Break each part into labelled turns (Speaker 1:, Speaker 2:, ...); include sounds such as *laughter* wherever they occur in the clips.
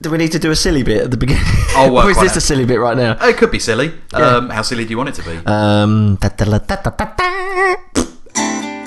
Speaker 1: Do we need to do a silly bit at the beginning?
Speaker 2: I'll
Speaker 1: *laughs*
Speaker 2: work
Speaker 1: or is
Speaker 2: on
Speaker 1: this
Speaker 2: it.
Speaker 1: a silly bit right now?
Speaker 2: It could be silly. Um, how silly do you want it to be?
Speaker 1: Um, da, da, da, da, da, da, da.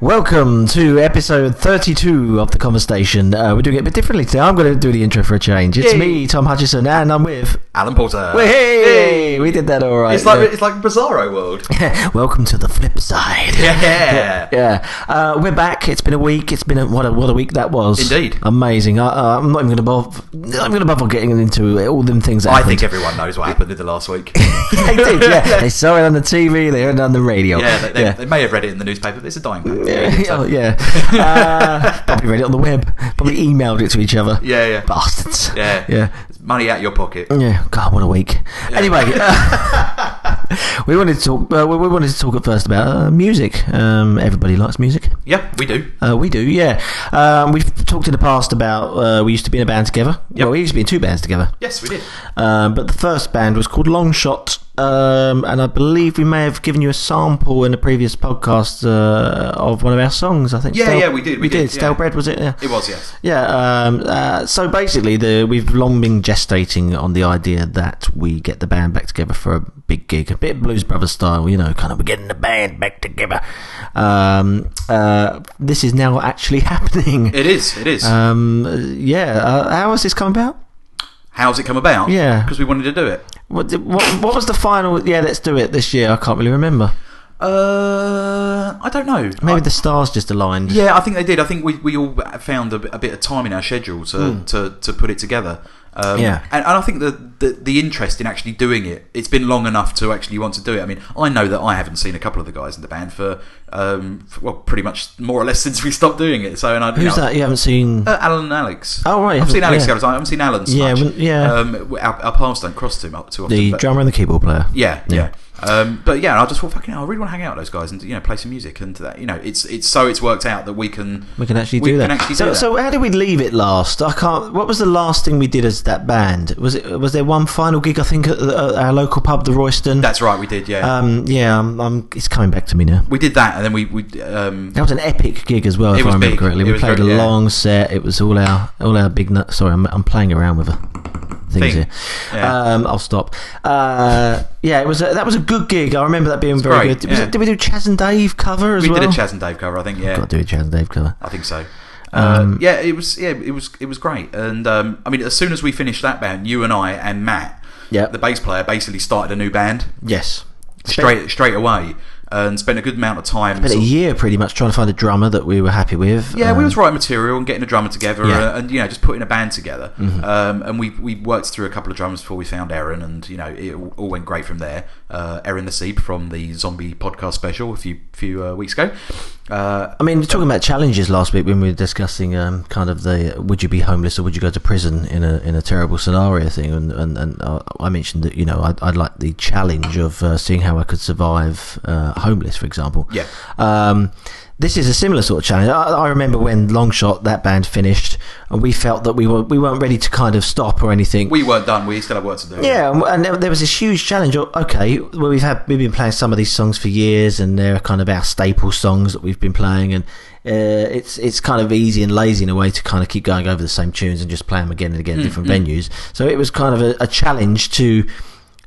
Speaker 1: Welcome to episode 32 of The Conversation. Uh, we're doing it a bit differently today. I'm going to do the intro for a change. It's
Speaker 2: Yay.
Speaker 1: me, Tom Hutchison, and I'm with.
Speaker 2: Alan Porter.
Speaker 1: Hey! We did that all right.
Speaker 2: It's like it's like Bizarro World.
Speaker 1: *laughs* Welcome to the flip side.
Speaker 2: *laughs* Yeah.
Speaker 1: *laughs* Yeah, uh, we're back. It's been a week. It's been a, what a what a week that was.
Speaker 2: Indeed.
Speaker 1: amazing. I, uh, I'm not even going to bother. I'm going to bother getting into all them things. That
Speaker 2: I
Speaker 1: happened.
Speaker 2: think everyone knows what happened in the last week.
Speaker 1: *laughs* they did.
Speaker 2: *laughs*
Speaker 1: Yeah, they saw it on the TV. They heard it on the radio.
Speaker 2: Yeah, they, they,
Speaker 1: yeah.
Speaker 2: they may have read it in the newspaper, but it's a dying paper.
Speaker 1: *laughs* Yeah, oh, yeah.
Speaker 2: *laughs*
Speaker 1: Uh, probably read it on the web. Probably emailed it to each other.
Speaker 2: Yeah, yeah.
Speaker 1: Bastards.
Speaker 2: Yeah.
Speaker 1: Yeah.
Speaker 2: It's money out your pocket.
Speaker 1: Yeah, God, what a week.
Speaker 2: *laughs*
Speaker 1: Anyway, *laughs* uh, we wanted to talk. Uh, we we wanted to talk at first about uh, music. Um, everybody likes music.
Speaker 2: Yeah, we do.
Speaker 1: Uh, we do, yeah. Um, we've talked in the past about uh, we used to be in a band together.
Speaker 2: Yep.
Speaker 1: Well, we used to be in two bands together.
Speaker 2: Yes, we did.
Speaker 1: Um, but the first band was called Long Shot, um, and I believe we may have given you a sample in a previous podcast uh, of one of our songs. I think.
Speaker 2: Yeah, yeah, we did, we
Speaker 1: We did.
Speaker 2: did, yeah.
Speaker 1: Stale Bread was it? Yeah.
Speaker 2: It was, yes.
Speaker 1: Yeah. Um, uh, so basically, the we've long been gestating on the idea that we get the band back together for a big gig, a bit Blues Brothers style, you know, kind of we're getting the band back together. Um, uh, this is now actually *laughs* happening.
Speaker 2: It is, it is.
Speaker 1: Um, uh, yeah. Uh, how has this come about?
Speaker 2: How's it come about?
Speaker 1: yeah.
Speaker 2: Because we wanted to do it.
Speaker 1: What, did- what, what was the final? Yeah, let's do it this year. I can't really remember.
Speaker 2: Uh, I don't know.
Speaker 1: Maybe
Speaker 2: I-
Speaker 1: the stars just aligned.
Speaker 2: Yeah, I think they did. I think we, we all found a, bit- a bit of time in our schedule to, to, to put it together. Um,
Speaker 1: Hmm. Yeah.
Speaker 2: and, and I think the, the the interest in actually doing it, it's been long enough to actually want to do it. I mean, I know that I haven't seen a couple of the guys in the band for, um, for- well, pretty much more or less *laughs* since we stopped doing it. So, and I, you
Speaker 1: Who's
Speaker 2: know,
Speaker 1: that? You haven't seen?
Speaker 2: Uh, Alan and Alex.
Speaker 1: Oh, right, you
Speaker 2: I've seen
Speaker 1: haven't-
Speaker 2: Alex.
Speaker 1: yeah.
Speaker 2: a couple of times. I haven't seen Alan. so
Speaker 1: Yeah,
Speaker 2: much.
Speaker 1: when- yeah.
Speaker 2: Um, our, our paths don't cross too much too often.
Speaker 1: the
Speaker 2: but-
Speaker 1: drummer and the keyboard player.
Speaker 2: yeah,
Speaker 1: Yeah.
Speaker 2: yeah. Um, but yeah, and I just thought, fucking, hell, I really want to hang out with those guys and you know play some music and that. You know, it's it's so it's worked out that we can
Speaker 1: We can actually
Speaker 2: we
Speaker 1: do that.
Speaker 2: Can actually
Speaker 1: so,
Speaker 2: do that.
Speaker 1: so how did we leave it last? I can't. What was the last thing we did as that band? Was it? Was there one final gig? I think at, the, at our local pub, the Royston.
Speaker 2: That's right, we did. Yeah,
Speaker 1: um, yeah, I'm, I'm, it's coming back to me now.
Speaker 2: we did that, and then we we um,
Speaker 1: That was an epic gig as well,
Speaker 2: It
Speaker 1: if I
Speaker 2: was
Speaker 1: remember
Speaker 2: big.
Speaker 1: correctly.
Speaker 2: It
Speaker 1: We
Speaker 2: was
Speaker 1: played
Speaker 2: very-
Speaker 1: a
Speaker 2: yeah.
Speaker 1: long set. It was all our all our big. Nut, sorry, I'm, I'm playing around with a
Speaker 2: Thing.
Speaker 1: things here.
Speaker 2: Yeah.
Speaker 1: Um, I'll stop. Uh, yeah, it was a, that was a good gig. I remember that being very
Speaker 2: great,
Speaker 1: good. Was
Speaker 2: yeah.
Speaker 1: it- did we do Chaz and Dave cover as
Speaker 2: we
Speaker 1: well?
Speaker 2: did a Chaz and Dave cover. I think. Yeah,
Speaker 1: Got to do a Chaz and Dave cover.
Speaker 2: I think so.
Speaker 1: Um,
Speaker 2: Uh, yeah, it was. Yeah, it was. It was great. And um, I mean, as soon as we finished that band, you and I and Matt,
Speaker 1: Yeah.
Speaker 2: the bass player, basically started a new band
Speaker 1: Yes.
Speaker 2: straight straight away, and spent a good amount of time.
Speaker 1: Spent
Speaker 2: sort
Speaker 1: a
Speaker 2: of-
Speaker 1: year pretty much trying to find a drummer that we were happy with.
Speaker 2: Yeah,
Speaker 1: Um,
Speaker 2: we was writing material and getting a drummer together,
Speaker 1: Yeah. Mm-hmm.
Speaker 2: uh, and you know, just putting a band together. Um, and we we worked through a couple of drummers before we found Aaron, and you know, it all all went great from there. Uh, Aaron the Seep from the Zombie podcast special a few few uh, weeks ago. Uh,
Speaker 1: I mean, we're talking about challenges last week when we were discussing um, kind of the uh, would you be homeless or would you go to prison in a in a terrible scenario thing, and and, and uh, I mentioned that you know I'd, I'd like the challenge of uh, seeing how I could survive uh, homeless, for example.
Speaker 2: Yeah.
Speaker 1: Um, this is a similar sort of challenge. I, I remember when Longshot that band finished, and we felt that we were we weren't ready to kind of stop or anything.
Speaker 2: we weren't done. We still had work to do.
Speaker 1: Yeah, and- and there- there was this huge challenge. Oh, Okay, well, we've had we've been playing some of these songs for years, and they're kind of our staple songs that we've been playing, and uh, it's it's kind of easy and lazy in a way to kind of keep going over the same tunes and just play them again and again, at different venues. So it was kind of a, a challenge to.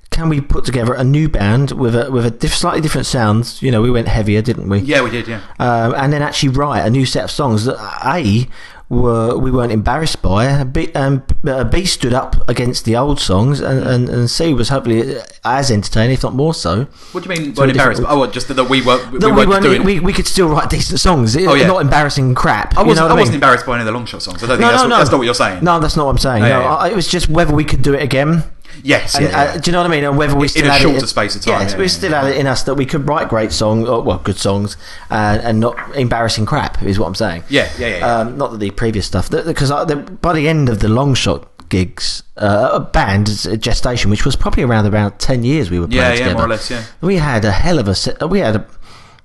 Speaker 1: Can we put together a new band with a with a diff, slightly different sound? You know, we went heavier, didn't we?
Speaker 2: yeah, we did. Yeah,
Speaker 1: um, and then actually write a new set of songs that a were we weren't embarrassed by b, um, uh, b stood up against the old songs and,
Speaker 2: Mm.
Speaker 1: and, and c was hopefully uh, as entertaining if not more so
Speaker 2: what do you mean? weren't
Speaker 1: different-
Speaker 2: embarrassed? Oh, what, just that we weren't. We,
Speaker 1: no, we,
Speaker 2: weren't,
Speaker 1: weren't, e-
Speaker 2: doing.
Speaker 1: we, we could still write decent songs oh,
Speaker 2: yeah.
Speaker 1: not embarrassing crap
Speaker 2: I
Speaker 1: you
Speaker 2: wasn't.
Speaker 1: know what
Speaker 2: I
Speaker 1: mean?
Speaker 2: wasn't embarrassed by any of the long shot songs. I don't think
Speaker 1: no, no,
Speaker 2: that's, what,
Speaker 1: no.
Speaker 2: that's not what you're saying.
Speaker 1: No, that's not what I'm saying.
Speaker 2: Yeah,
Speaker 1: no,
Speaker 2: yeah, yeah.
Speaker 1: I, it was just whether we could do it again.
Speaker 2: Yes.
Speaker 1: And,
Speaker 2: yeah, yeah.
Speaker 1: uh, do you know what I mean? And whether we still
Speaker 2: a
Speaker 1: had
Speaker 2: shorter
Speaker 1: it,
Speaker 2: space of time,
Speaker 1: Yes,
Speaker 2: yeah,
Speaker 1: we
Speaker 2: yeah,
Speaker 1: still had it in us that we could write great songs, or, well, good songs, uh, and not embarrassing crap is what I'm saying.
Speaker 2: Yeah, yeah, yeah, yeah.
Speaker 1: Um, not that the previous stuff, because the, by the end of the long shot gigs, uh, a band's gestation, which was probably around about ten years, we were playing
Speaker 2: Yeah, yeah,
Speaker 1: together.
Speaker 2: more or less, yeah.
Speaker 1: We had a hell of a set. We had a.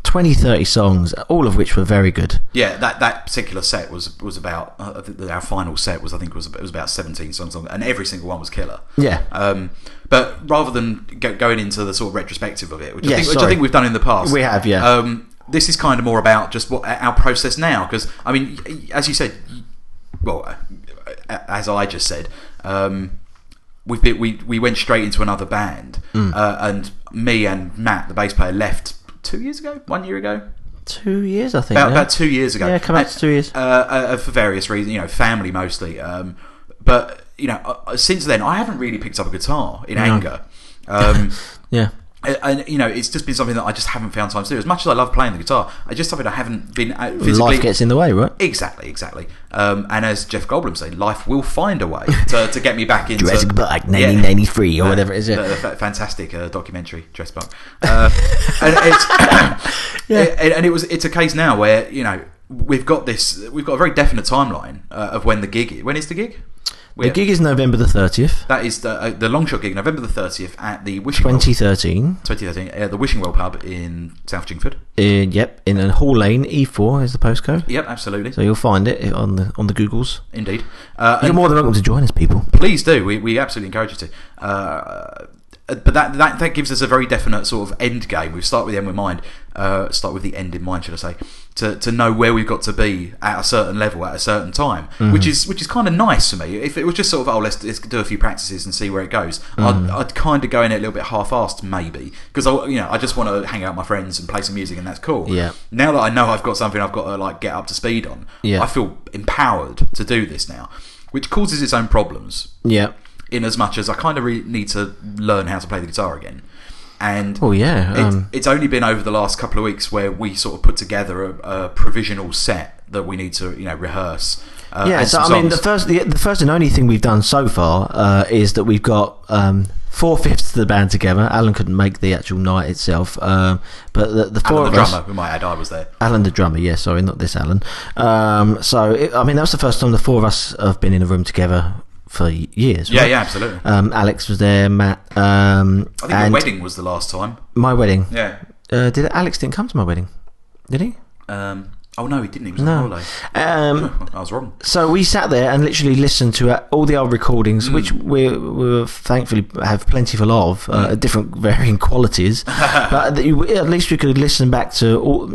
Speaker 1: 20, 30 songs, all of which were very good.
Speaker 2: Yeah, that, that particular set was was about uh, I think that our final set was I think was it was about seventeen songs long, and every single one was killer.
Speaker 1: Yeah.
Speaker 2: Um, but rather than go, going into the sort of retrospective of it, which,
Speaker 1: Yeah,
Speaker 2: I, think, which I
Speaker 1: sorry.
Speaker 2: think we've done in the past,
Speaker 1: We have, yeah.
Speaker 2: Um, this is kind of more about just what our process now, because I mean, y- y- as you said, y- well, uh, as I just said, um, we've been, we we went straight into another band,
Speaker 1: Mm.
Speaker 2: uh, and me and Matt, the bass player, left two years ago, one year ago,
Speaker 1: Two years, I think.
Speaker 2: about,
Speaker 1: yeah.
Speaker 2: about two years ago.
Speaker 1: Yeah, come out
Speaker 2: And-
Speaker 1: to two years.
Speaker 2: uh, uh, for various reasons, you know, family mostly. Um, but you know, uh, uh, since then, I haven't really picked up a guitar in anger. Um, *laughs*
Speaker 1: Yeah.
Speaker 2: and, and, you know, it's just been something that I just haven't found time to do. As much as I love playing the guitar, I just something I haven't been uh, physically.
Speaker 1: Life gets in the way, right?
Speaker 2: exactly, exactly. Um, and as Jeff Goldblum said, life will find a way *laughs* to, to get
Speaker 1: *laughs*
Speaker 2: me back into
Speaker 1: Jurassic Park, 1993 or whatever it is, yeah.
Speaker 2: The, the fa- fantastic uh, documentary,
Speaker 1: *laughs*
Speaker 2: Dress Bug. Uh, and it's. *coughs*
Speaker 1: Yeah.
Speaker 2: And, and it was it's a case now where you know we've got this we've got a very definite timeline uh, of when the gig i- when is the gig
Speaker 1: The gig is November the 30th,
Speaker 2: that is the uh, the long shot gig November the thirtieth at the wishing well,
Speaker 1: 2013.
Speaker 2: 2013 uh, the wishing well pub in South Chingford.
Speaker 1: In, Uh, yep, in a Hall Lane, E4 is the postcode.
Speaker 2: Yep, absolutely,
Speaker 1: So you'll find it on the on the Googles.
Speaker 2: indeed. Uh,
Speaker 1: You're
Speaker 2: and-
Speaker 1: more than welcome to join us, people.
Speaker 2: please do. We, we absolutely encourage you to. Uh, but that, that that gives us a very definite sort of end game. We start with the end in mind. Uh, start with the end in mind, should I say? To, to know where we've got to be at a certain level at a certain time, which is which is kind of nice for me. If it was just sort of oh let's, let's do a few practices and see where it goes, I'd, I'd kind of go in it a little bit half-assed maybe because I you know I just want to hang out with my friends and play some music and that's cool.
Speaker 1: Yeah.
Speaker 2: Now that I know I've got something I've got to like get up to speed on,
Speaker 1: Yeah.
Speaker 2: I feel empowered to do this now, which causes its own problems
Speaker 1: Yeah.
Speaker 2: in as much as I kind of re- need to learn how to play the guitar again. And
Speaker 1: Oh, yeah.
Speaker 2: it,
Speaker 1: Um,
Speaker 2: it's only been over the last couple of weeks where we sort of put together a, a provisional set that we need to you know rehearse. Uh,
Speaker 1: yeah,
Speaker 2: and
Speaker 1: so
Speaker 2: some
Speaker 1: I mean, the
Speaker 2: songs.
Speaker 1: first the, the first and only thing we've done so far uh, is that we've got um, four fifths of the band together. Alan couldn't make the actual night itself, um, but the, the four
Speaker 2: Alan the
Speaker 1: of us.
Speaker 2: drummer, we might add, I was there.
Speaker 1: Alan the drummer, yeah, sorry, not this Alan. Um, so, it, I mean, that was the first time the four of us have been in a room together for y- years.
Speaker 2: Yeah,
Speaker 1: right?
Speaker 2: yeah, absolutely.
Speaker 1: Um, Alex was there, Matt, um,
Speaker 2: I think the
Speaker 1: and
Speaker 2: wedding was the last time.
Speaker 1: my wedding.
Speaker 2: Yeah.
Speaker 1: Uh, did Alex didn't come to my wedding? Did he?
Speaker 2: Um, oh no, he didn't. He was
Speaker 1: No.
Speaker 2: on holiday. *laughs*
Speaker 1: Um,
Speaker 2: I was wrong.
Speaker 1: so we sat there and literally listened to uh, all the old recordings,
Speaker 2: Hmm.
Speaker 1: which we we thankfully have plentiful of, uh, at different *laughs* varying
Speaker 2: *laughs*
Speaker 1: qualities. but that you- at least we could listen back to all,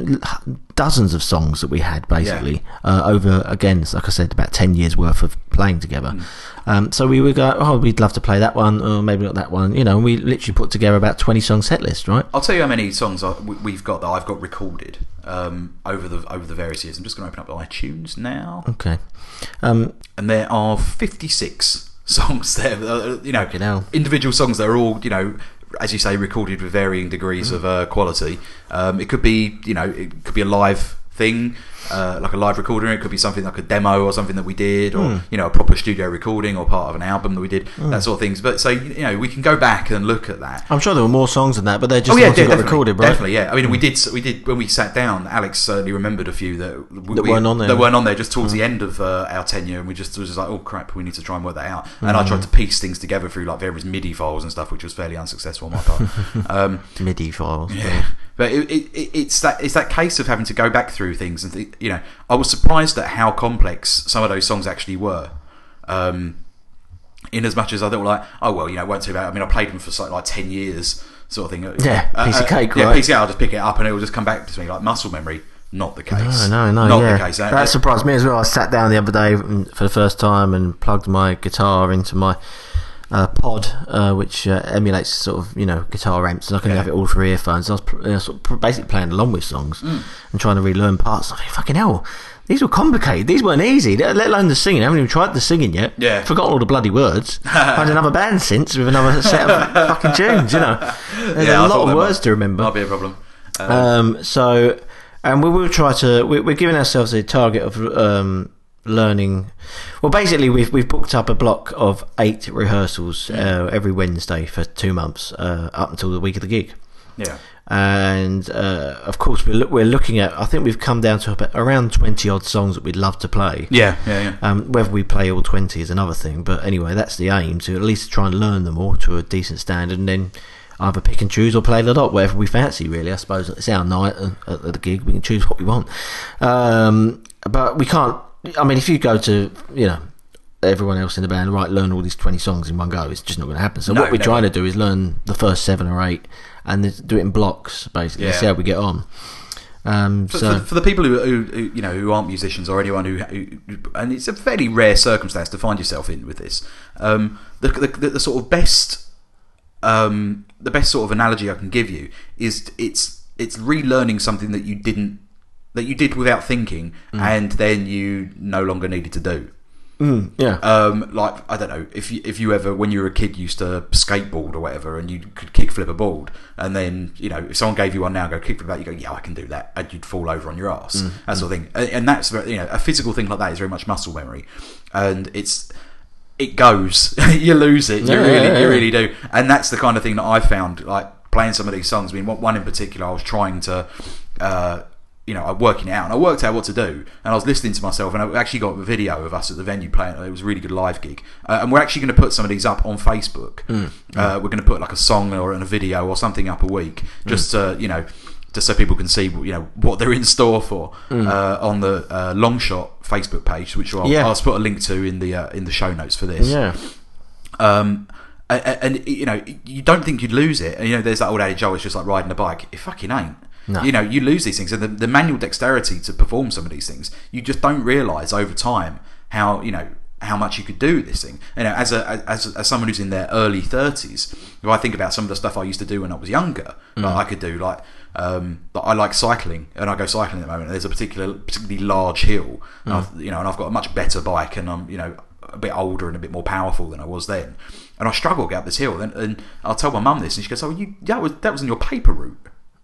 Speaker 1: dozens of songs that we had, basically, uh, over again, it's like I said, about ten years worth of playing together.
Speaker 2: Hmm.
Speaker 1: Um, so we would go, oh, we'd love to play that one, or maybe not that one, you know. And we literally put together about twenty song set list, right?
Speaker 2: I'll tell you how many songs I, we- we've got that I've got recorded um, over the over the various years. I'm just going to open up iTunes now.
Speaker 1: Okay. Um,
Speaker 2: and there are 56 *laughs* songs there uh, you know
Speaker 1: Fucking hell.
Speaker 2: individual songs that are all you know as you say recorded with varying degrees of uh, quality um, it could be you know it could be a live thing uh, like a live recording it could be something like a demo or something that we did or you know a proper studio recording or part of an album that we did that sort of things but so you know we can go back and look at that
Speaker 1: I'm sure there were more songs than that, but they're just the ones that got
Speaker 2: Oh, definitely,
Speaker 1: recorded, Mm. right?
Speaker 2: Definitely, yeah. I mean, we did we did when we sat down. Alex certainly remembered a few that, we,
Speaker 1: That
Speaker 2: we-
Speaker 1: weren't on there. Mm.
Speaker 2: That weren't on there just towards the end of uh, our tenure, and we just it was just like, oh crap, we need to try and work that out. And
Speaker 1: Mm.
Speaker 2: I tried to piece things together through like various MIDI files and stuff, which was fairly unsuccessful on my
Speaker 1: *laughs*
Speaker 2: part. um,
Speaker 1: MIDI files.
Speaker 2: yeah. But it, it, it, it's that it's that case of having to go back through things and th- you know I was surprised at how complex some of those songs actually were. Um, in as much as I thought, like, oh well, you know, it won't too bad. I mean, I played them for so- like ten years, sort of thing. Uh,
Speaker 1: Yeah, piece of cake,
Speaker 2: yeah,
Speaker 1: right?
Speaker 2: piece- yeah, I'll just pick it up and it will just come back to me like muscle memory. Not the case.
Speaker 1: No, no, no.
Speaker 2: not
Speaker 1: yeah.
Speaker 2: the case.
Speaker 1: That
Speaker 2: Uh,
Speaker 1: surprised me as well. I sat down the other day mm, for the first time and plugged my guitar into my uh, pod, uh, which uh, emulates sort of you know guitar amps, and I can
Speaker 2: Yeah.
Speaker 1: have it all through earphones. I was pr- uh, sort of pr- basically playing along with songs
Speaker 2: Mm.
Speaker 1: and trying to relearn parts. I think, fucking hell, these were complicated. These weren't easy. Let let alone the singing. I haven't even tried the singing yet.
Speaker 2: Yeah.
Speaker 1: forgotten all the bloody
Speaker 2: *laughs*
Speaker 1: words. Found another band since with another set of fucking tunes. You know, there's
Speaker 2: yeah, I
Speaker 1: a
Speaker 2: thought
Speaker 1: lot
Speaker 2: that
Speaker 1: of words
Speaker 2: might-
Speaker 1: to remember.
Speaker 2: Might be a problem. Uh,
Speaker 1: Um, so, and we will try to. We, we're giving ourselves a target of um, learning. Well, basically, we've we've booked up a block of eight rehearsals uh, every Wednesday for two months uh, up until the week of the gig.
Speaker 2: yeah.
Speaker 1: And uh, of course, we're look, we're looking at. I think we've come down to about around twenty odd songs that we'd love to play.
Speaker 2: Yeah. Yeah. Yeah.
Speaker 1: Um, whether we play all 20 is another thing, but anyway, that's the aim to at least try and learn them all to a decent standard and then either pick and choose or play the lot, whatever we fancy, really. I suppose it's our night at, at the gig; we can choose what we want. Um, but we can't. I mean, if you go to you know everyone else in the band, right, learn all these twenty songs in one go, it's just not going to happen. So
Speaker 2: No,
Speaker 1: what we're
Speaker 2: no.
Speaker 1: trying to do is learn the first seven or eight and then do it in blocks, basically. and
Speaker 2: Yeah.
Speaker 1: See how we get on. Um,
Speaker 2: For,
Speaker 1: so
Speaker 2: for, for the people who, who, who you know who aren't musicians or anyone who, who and it's a fairly rare circumstance to find yourself in with this. Um, the, the, the, the sort of best um, the best sort of analogy I can give you is it's it's relearning something that you didn't that you did without thinking and then you no longer needed to do.
Speaker 1: mm, yeah,
Speaker 2: Um, like I don't know if you, if you ever when you were a kid used to skateboard or whatever, and you could kickflip a board, and then you know if someone gave you one now, and go kickflip that, you go yeah I can do that, and you'd fall over on your ass,
Speaker 1: Mm.
Speaker 2: that sort of thing. And, and that's very- you know a physical thing like that is very much muscle memory, and it's it goes *laughs* you lose it you
Speaker 1: Yeah,
Speaker 2: really
Speaker 1: yeah, yeah.
Speaker 2: you really do, and that's the kind of thing that I found like playing some of these songs. I mean one one in particular I was trying to. Uh, you know, I working it out and I worked out what to do. And I was listening to myself, and I actually got a video of us at the venue playing. It was a really good live gig, uh, and we're actually going to put some of these up on Facebook.
Speaker 1: Hmm.
Speaker 2: Uh, we're going to put like a song or and a video or something up a week,
Speaker 1: Hmm.
Speaker 2: just to you know, just so people can see you know what they're in store for uh, on the uh, long shot Facebook page, which I'll,
Speaker 1: Hmm. Yeah.
Speaker 2: I'll put a link to in the uh, in the show notes for this *laughs*
Speaker 1: yeah. *laughs*
Speaker 2: um, a- a- and you know you don't think you'd lose it. And, you know, there's that old adage, "Oh, it's just like riding a bike." It fucking ain't.
Speaker 1: No.
Speaker 2: You know, you lose these things, and the, the manual dexterity to perform some of these things, you just don't realise over time how you know how much you could do with this thing. You know, as a as, as someone who's in their early thirties, if I think about some of the stuff I used to do when I was younger, like I could do like. Um, like, I like cycling, and I go cycling at the moment. And there's a particular, particularly large hill, and I've, you know, and I've got a much better bike, and I'm, you know, a bit older and a bit more powerful than I was then. And I struggled to get up this hill. And, and I'll tell my mum this, and she goes, "Oh, you that was that was in your paper route."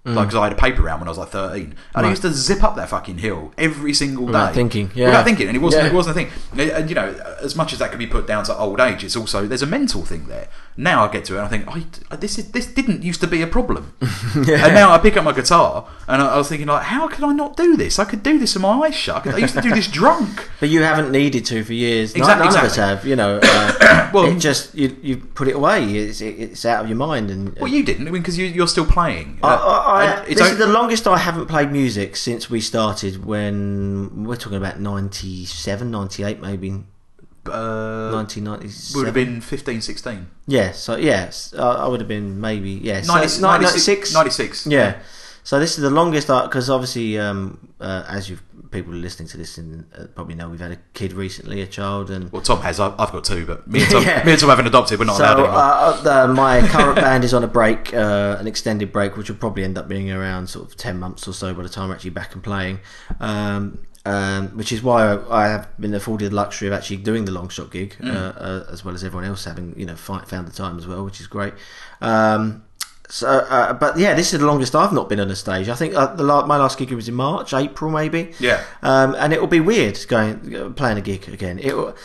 Speaker 2: Like 'cause because I had a paper round when I was like thirteen, and I
Speaker 1: Right.
Speaker 2: used to zip up that fucking hill every single
Speaker 1: Without
Speaker 2: day,
Speaker 1: thinking, yeah.
Speaker 2: without thinking, and it wasn't
Speaker 1: Yeah.
Speaker 2: it wasn't a thing. And, and, you know, as much as that could be put down to old age, it's also there's a mental thing there. Now I get to it, and I think I, this is this didn't used to be
Speaker 1: *laughs*
Speaker 2: a problem, and now I pick up my guitar, and I, I was thinking like, how could I not do this? I could do this with my eyes shut. I, could, I used to do
Speaker 1: *laughs*
Speaker 2: this drunk.
Speaker 1: But you haven't needed to for years. None,
Speaker 2: Exactly,
Speaker 1: none of us
Speaker 2: exactly.
Speaker 1: have. You know,
Speaker 2: *coughs*
Speaker 1: uh,
Speaker 2: Well-
Speaker 1: it just you you put it away. It's, it, it's out of your mind. And
Speaker 2: Well, you didn't. I mean, because you, you're still playing.
Speaker 1: I,
Speaker 2: Uh,
Speaker 1: I, I,
Speaker 2: and it's
Speaker 1: this
Speaker 2: o-
Speaker 1: is the longest I haven't played music since we started. When we're talking about 97, 98 maybe
Speaker 2: uh,
Speaker 1: nineteen ninety
Speaker 2: we would
Speaker 1: seven.
Speaker 2: have been 15, 16.
Speaker 1: yeah. So yes, I, I would have been maybe yes,
Speaker 2: 96, 96, 96.
Speaker 1: Yeah. So this is the longest because obviously, um, uh, as you people listening to this in, uh, probably know, we've had a kid recently, a child, and
Speaker 2: Well, Tom has. I've, I've got two, but me and *laughs* Tom,
Speaker 1: Yeah.
Speaker 2: me and Tom have an adopted. We're not
Speaker 1: so
Speaker 2: allowed
Speaker 1: uh,
Speaker 2: anymore.
Speaker 1: uh, the, my current band is on a break, uh, an extended break, which will probably end up being around sort of ten months or so by the time we're actually back and playing. Um, um, which is why I, I have been afforded the luxury of actually doing the long shot gig, uh,
Speaker 2: Mm.
Speaker 1: uh, as well as everyone else having you know fi- found the time as well, which is great. Um, so, uh, but yeah, this is the longest I've not been on a stage. I think uh, the la- my last gig was in March, April maybe.
Speaker 2: Yeah.
Speaker 1: Um, and it will be weird going playing a gig again. It will,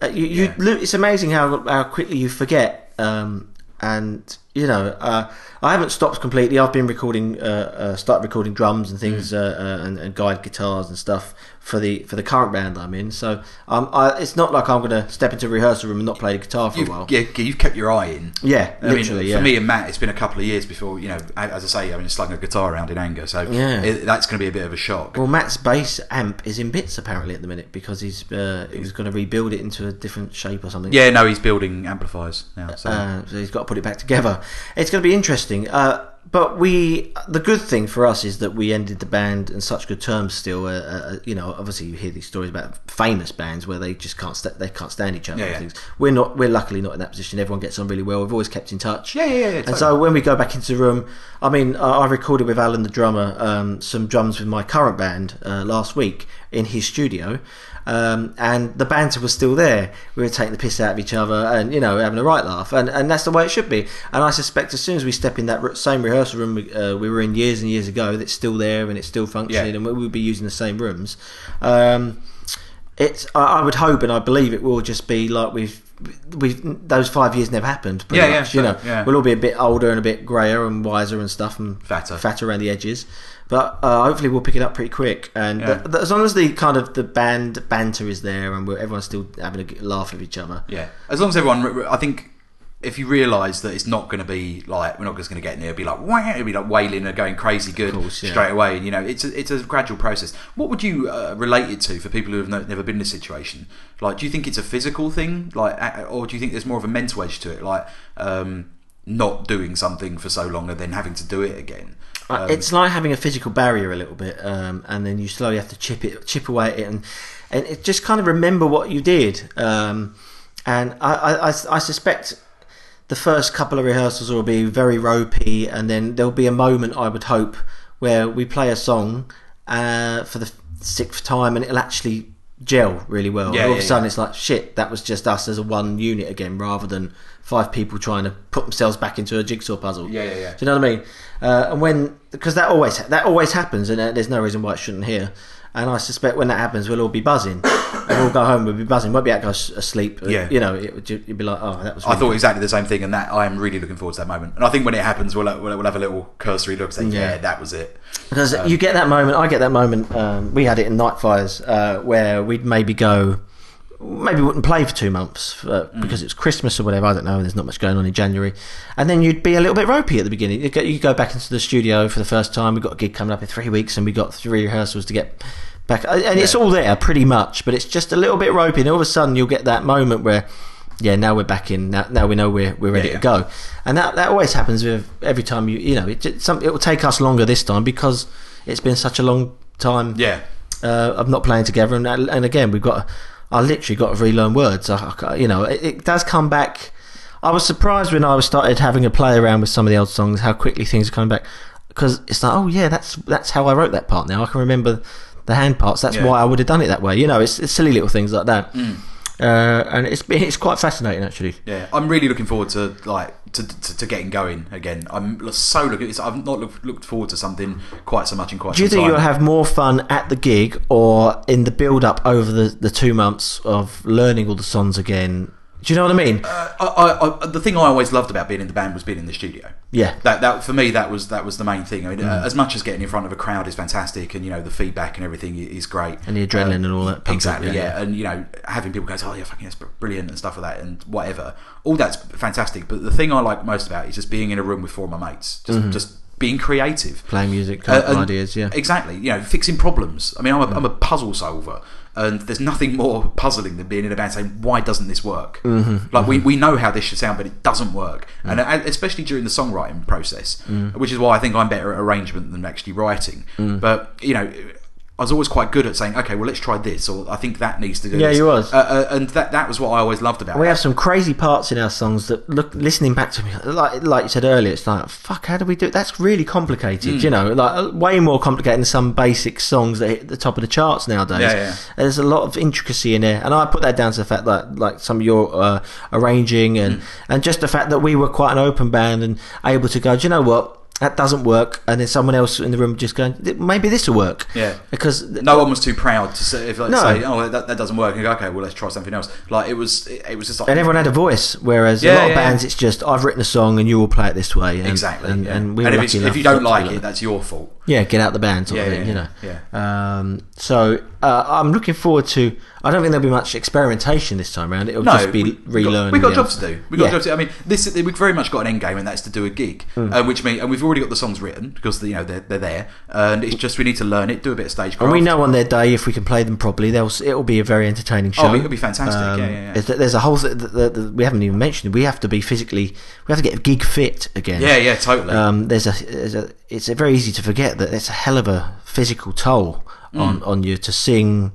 Speaker 1: uh, you, you
Speaker 2: Yeah.
Speaker 1: lo- it's amazing how how quickly you forget. Um, and you know, uh, I haven't stopped completely. I've been recording, uh, uh, started recording drums and things,
Speaker 2: Mm.
Speaker 1: uh, uh, and, and guide guitars and stuff for the for the current band I'm in. So um, I, it's not like I'm going to step into a rehearsal room and not play the guitar for
Speaker 2: you've,
Speaker 1: a while.
Speaker 2: yeah, you've kept your eye in.
Speaker 1: Yeah,
Speaker 2: I mean,
Speaker 1: literally. yeah.
Speaker 2: For me and Matt, it's been a couple of years before you know. a- As I say, I mean, slung a guitar around in anger, so
Speaker 1: Yeah.
Speaker 2: it, that's going to be a bit of a shock.
Speaker 1: Well, Matt's bass amp is in bits apparently at the minute because he's uh, he was going to rebuild it into a different shape or something.
Speaker 2: yeah, no, he's building amplifiers now. So
Speaker 1: Uh, so he's got to put it back together. It's going to be interesting. Uh, but we, the good thing for us is that we ended the band in such good terms. Still, uh, uh, you know, obviously you hear these stories about famous bands where they just can't sta they can't stand each other.
Speaker 2: Yeah,
Speaker 1: and
Speaker 2: yeah.
Speaker 1: things. We're not. We're luckily not in that position. Everyone gets on really well. We've always kept in touch.
Speaker 2: yeah, yeah, yeah. yeah
Speaker 1: And
Speaker 2: totally.
Speaker 1: so when we go back into the room, I mean, I I recorded with Alan the drummer um, some drums with my current band uh, last week in his studio, um, and the banter was still there. We were taking the piss out of each other, and you know, having a right laugh, and and that's the way it should be. And I suspect as soon as we step in that re- same rehearsal room we, uh, we were in years and years ago, that's still there and it's still functioning,
Speaker 2: Yeah.
Speaker 1: and we- we'll be using the same rooms. Um, it's. I I would hope, and I believe it will just be like we've, we've those five years never happened. pretty
Speaker 2: Yeah, yeah,
Speaker 1: much, you
Speaker 2: sure,
Speaker 1: know,
Speaker 2: yeah.
Speaker 1: we'll all be a bit older and a bit grayer and wiser and stuff and
Speaker 2: Fatter.
Speaker 1: fatter around the edges. But uh, hopefully we'll pick it up pretty quick. And
Speaker 2: Yeah.
Speaker 1: th- th- as long as the kind of the band banter is there and we're, everyone's still having a g- laugh with each other,
Speaker 2: Yeah, as long as everyone, I think if you realise that it's not going to be like we're not just going to get in there, it'll be like wow, it'll be like wailing and going crazy good
Speaker 1: course, yeah.
Speaker 2: straight away. And you know, it's a, it's a gradual process. What would you uh, relate it to for people who have no, never been in this situation? Like, do you think it's a physical thing, like, a- or do you think there's more of a mental edge to it, like um, not doing something for so long and then having to do it again?
Speaker 1: Uh,
Speaker 2: Um,
Speaker 1: it's like having a physical barrier a little bit, um, and then you slowly have to chip it, chip away at it, and and it just kind of remember what you did. Um, and I, I, I, I suspect the first couple of rehearsals will be very ropey, and then there'll be a moment I would hope where we play a song uh, for the sixth time, and it'll actually gel really well.
Speaker 2: Yeah,
Speaker 1: and all of
Speaker 2: yeah,
Speaker 1: a sudden,
Speaker 2: yeah.
Speaker 1: it's like shit. That was just us as a one unit again, rather than five people trying to put themselves back into a jigsaw puzzle.
Speaker 2: Yeah, yeah, yeah.
Speaker 1: Do you know what I mean? Uh, and when because that always that always happens, and uh, there's no reason why it shouldn't here. And I suspect when that happens, we'll all be buzzing, *coughs* and we'll go home. We'll be buzzing. Won't be able to go s- asleep.
Speaker 2: Yeah.
Speaker 1: you know, it, would- you'd be like, oh, that was.
Speaker 2: I
Speaker 1: Really
Speaker 2: thought exactly the same thing, and that I am really looking forward to that moment. And I think when it happens, we'll we'll, we'll have a little cursory look. Say, yeah.
Speaker 1: Yeah.
Speaker 2: that was it.
Speaker 1: Because you get that moment, I get that moment. Um, we had it in Nightfires uh, where we'd maybe go, maybe wouldn't play for two months uh,
Speaker 2: Mm.
Speaker 1: because it's Christmas or whatever. I don't know. There's not much going on in January, and then you'd be a little bit ropey at the beginning. You go, you go back into the studio for the first time. We've got a gig coming up in three weeks, and we got three rehearsals to get back, uh, and it's
Speaker 2: Yeah.
Speaker 1: all there pretty much. But it's just a little bit ropey, and all of a sudden you'll get that moment where. Yeah, now we're back in. Now, now we know we're we're ready
Speaker 2: Yeah, yeah.
Speaker 1: to go go. Oh, And that, that always happens with every time you you know it ju- some it will take us longer this time because it's been such a long time
Speaker 2: Yeah,
Speaker 1: uh, of not playing together and and again we've got I literally got to relearn words. I, I ca- you know it, it does come back. I was surprised when I was started having a play around with some of the old songs how quickly things are coming back because it's like oh yeah that's that's how I wrote that part now I can remember the hand parts that's
Speaker 2: Yeah. Mm.
Speaker 1: why I would have done it that way you know it's, it's silly little things like that uh, and it's it's quite fascinating actually
Speaker 2: yeah. I'm really looking forward to like to, to, to getting going again. I'm so looking. It's, I've not look, looked forward to something quite so much in quite.
Speaker 1: Do you
Speaker 2: some
Speaker 1: think
Speaker 2: time.
Speaker 1: you'll have more fun at the gig or in the build up over the, the two months of learning all the songs again? Do you know what I mean?
Speaker 2: Uh, I, I, I, the thing I always loved about being in the band was being in the studio.
Speaker 1: Yeah.
Speaker 2: that that for me that was that was the main thing. I mean,
Speaker 1: Mm.
Speaker 2: uh, as much as getting in front of a crowd is fantastic, and you know the feedback and everything i- is great, Um,
Speaker 1: And the adrenaline and all that pumps up,
Speaker 2: Exactly,
Speaker 1: yeah,
Speaker 2: yeah. and you know having people go, oh yeah, fucking that's br- brilliant and stuff like that, and whatever. All that's fantastic. But the thing I like most about it is just being in a room with four of my mates, just
Speaker 1: Mm-hmm.
Speaker 2: just being creative.
Speaker 1: Playing music, coming up with
Speaker 2: Uh, and-
Speaker 1: ideas, yeah. Mm.
Speaker 2: Exactly. You know, fixing problems. I mean, I'm a, am a puzzle solver, and there's nothing more puzzling than being in a band saying, "Why doesn't this work?"
Speaker 1: Mm-hmm,
Speaker 2: Like we we know how this should sound, but it doesn't work,
Speaker 1: Mm.
Speaker 2: and and especially during the songwriting process, which is why I think I'm better at arrangement than actually writing.
Speaker 1: Mm.
Speaker 2: But you know. I was always quite good at saying, okay, well, let's try this, or I think that needs to do
Speaker 1: Yeah,
Speaker 2: this.
Speaker 1: you was.
Speaker 2: Uh, uh, and that, that was what I always loved about
Speaker 1: We
Speaker 2: it.
Speaker 1: have some crazy parts in our songs that look listening back to me like like you said earlier, it's like fuck. How do we do? It? That's really complicated,
Speaker 2: Hmm.
Speaker 1: you know, like uh, way more complicated than some basic songs that hit the top of the charts nowadays.
Speaker 2: Yeah, yeah.
Speaker 1: There's a lot of intricacy in there, and I put that down to the fact that like some of your uh, arranging and
Speaker 2: Hmm.
Speaker 1: and just the fact that we were quite an open band and able to go. Do you know what? That doesn't work, and then someone else in the room just going, maybe this will work.
Speaker 2: Yeah.
Speaker 1: because
Speaker 2: no one was too proud to say, if, like,
Speaker 1: No.
Speaker 2: say oh that, that doesn't work and go okay well let's try something else like it was it, it was just like
Speaker 1: and everyone had a voice. Whereas
Speaker 2: Yeah,
Speaker 1: a lot
Speaker 2: yeah,
Speaker 1: of bands, it's just I've written a song and you will play it this way. And,
Speaker 2: exactly
Speaker 1: And,
Speaker 2: yeah.
Speaker 1: and we were
Speaker 2: if,
Speaker 1: lucky
Speaker 2: it's- if
Speaker 1: enough
Speaker 2: you don't
Speaker 1: not to be
Speaker 2: like it that's your fault
Speaker 1: yeah, get out the band sort
Speaker 2: Yeah,
Speaker 1: of thing.
Speaker 2: yeah,
Speaker 1: you know.
Speaker 2: yeah.
Speaker 1: Um, so uh, I'm looking forward to. I don't think there'll be much experimentation this time around. It'll just be relearning.
Speaker 2: We got, we got
Speaker 1: the
Speaker 2: jobs
Speaker 1: answer.
Speaker 2: to do. We got
Speaker 1: Yeah.
Speaker 2: jobs to. I mean, this is- we've very much got an end game, and that's to do a gig,
Speaker 1: Hmm.
Speaker 2: uh, which means and we've already got the songs written because you know they're, they're there, and it's just we need to learn it, do a bit of stagecraft.
Speaker 1: And we know on their day if we can play them properly, they'll s- it'll be a very entertaining show. Um,
Speaker 2: it'll be- Oh, it'll be fantastic, yeah, yeah, yeah.
Speaker 1: there's- There's a whole th- th th- th- we haven't even mentioned. We have to be physically. We have to get gig fit again.
Speaker 2: Yeah, yeah, totally.
Speaker 1: Um, there's a, there's a it's a very easy to forget that it's a hell of a physical toll
Speaker 2: Mm.
Speaker 1: on on you to sing,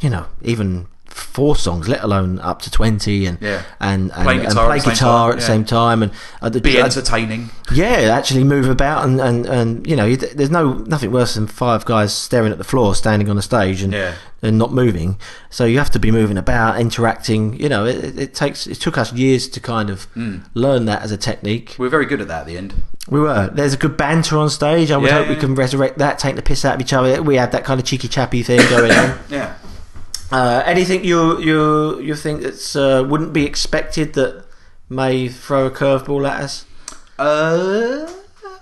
Speaker 1: you know, even four songs, let alone up to twenty, and
Speaker 2: Yeah.
Speaker 1: and and
Speaker 2: Playing
Speaker 1: and
Speaker 2: guitar at
Speaker 1: play
Speaker 2: the same
Speaker 1: guitar
Speaker 2: time,
Speaker 1: at the
Speaker 2: yeah.
Speaker 1: same time, and uh, the,
Speaker 2: be
Speaker 1: uh,
Speaker 2: entertaining.
Speaker 1: yeah, actually move about and and and you know, you- there's no nothing worse than five guys staring at the floor, standing on a stage and
Speaker 2: Yeah.
Speaker 1: and not moving. So you have to be moving about, interacting. You know, it, it- it takes it took us years to kind of
Speaker 2: Mm.
Speaker 1: learn that as a technique.
Speaker 2: We're very good at that at the end.
Speaker 1: We were. There's a good banter on stage. I would
Speaker 2: Yeah,
Speaker 1: hope we
Speaker 2: yeah.
Speaker 1: can resurrect that, take the piss out of each other. We had that kind of cheeky chappy thing going on.
Speaker 2: Yeah.
Speaker 1: Uh, anything you you you think that's uh, wouldn't be expected that may throw a curveball at us?
Speaker 2: Uh,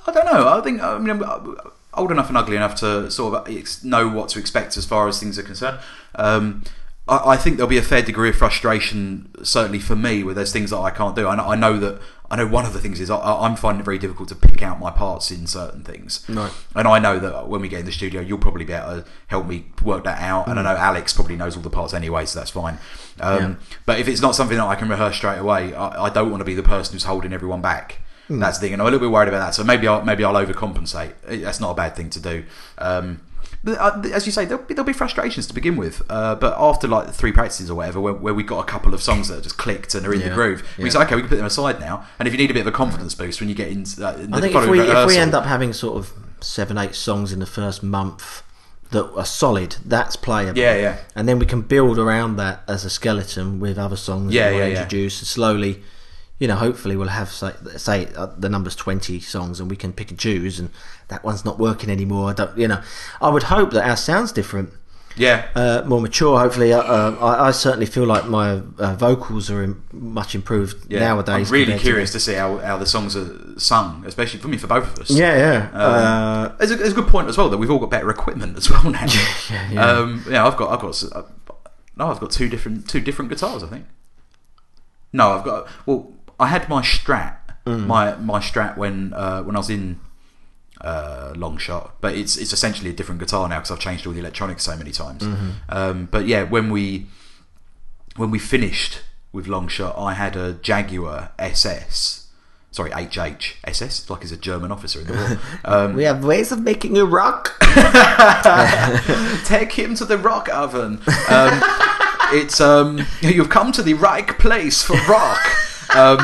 Speaker 2: I don't know. I think I mean, I'm old enough and ugly enough to sort of ex- know what to expect as far as things are concerned. Um, I, I think there'll be a fair degree of frustration, certainly for me, where there's things that I can't do. I know, I know that I know one of the things is I, I- I'm finding it very difficult to pick out my parts in certain things.
Speaker 1: Right.
Speaker 2: And I know that when we get in the studio, you'll probably be able to help me work that out. And I know Alex probably knows all the parts anyway, so that's fine. Um, But if it's not something that I can rehearse straight away, I, I don't want to be the person who's holding everyone back.
Speaker 1: Hmm.
Speaker 2: That's the thing, and I'm a little bit worried about that. So maybe I'll maybe I'll overcompensate. Eh, That's not a bad thing to do. Um, but uh, as you say, there'll be, there'll be frustrations to begin with, uh, but after like the three practices or whatever, where, where we got a couple of songs that just clicked and are in
Speaker 1: Yeah.
Speaker 2: the groove, we
Speaker 1: Yeah.
Speaker 2: say, okay, we can put them aside now. And if you need a bit of a confidence boost when you get into uh,
Speaker 1: I
Speaker 2: the
Speaker 1: think if
Speaker 2: following
Speaker 1: we if we
Speaker 2: rehearsal-
Speaker 1: end up having sort of seven eight songs in the first month that are solid, that's playable.
Speaker 2: Yeah, yeah.
Speaker 1: And then we can build around that as a skeleton with other songs
Speaker 2: Yeah,
Speaker 1: that we
Speaker 2: yeah, yeah.
Speaker 1: introduce and slowly. You know, hopefully we'll have say, say uh, the number's twenty songs, and we can pick and choose. And that one's not working anymore. I don't, you know, I would hope that our sound's different.
Speaker 2: yeah,
Speaker 1: uh, more mature. Hopefully, uh, uh, I, I certainly feel like my uh, vocals are in, much improved
Speaker 2: yeah.
Speaker 1: nowadays.
Speaker 2: I'm really
Speaker 1: compared to-
Speaker 2: curious to, see how, how the songs are sung, especially for me, for both of us.
Speaker 1: yeah, yeah.
Speaker 2: Um,
Speaker 1: uh,
Speaker 2: It's a, it's a good point as well that we've all got better equipment as well *laughs* now.
Speaker 1: yeah, yeah.
Speaker 2: Um, yeah, I've got, I've got, s- uh, no, I've got two different, two different guitars. I think. No, I've got. Well, I had my Strat,
Speaker 1: Mm.
Speaker 2: my my Strat when uh, when I was in uh, long shot, but it's it's essentially a different guitar now because I've changed all the electronics so many times.
Speaker 1: Mm-hmm.
Speaker 2: Um, but yeah, when we when we finished with long shot, I had a Jaguar SS. Sorry, HH SS. Like he's a German officer in
Speaker 1: *laughs*
Speaker 2: the war. Um,
Speaker 1: we have ways of making a *laughs* rock.
Speaker 2: Take him to the rock oven.
Speaker 1: *laughs*
Speaker 2: Um, it's um, you've come to the right place for rock. Um,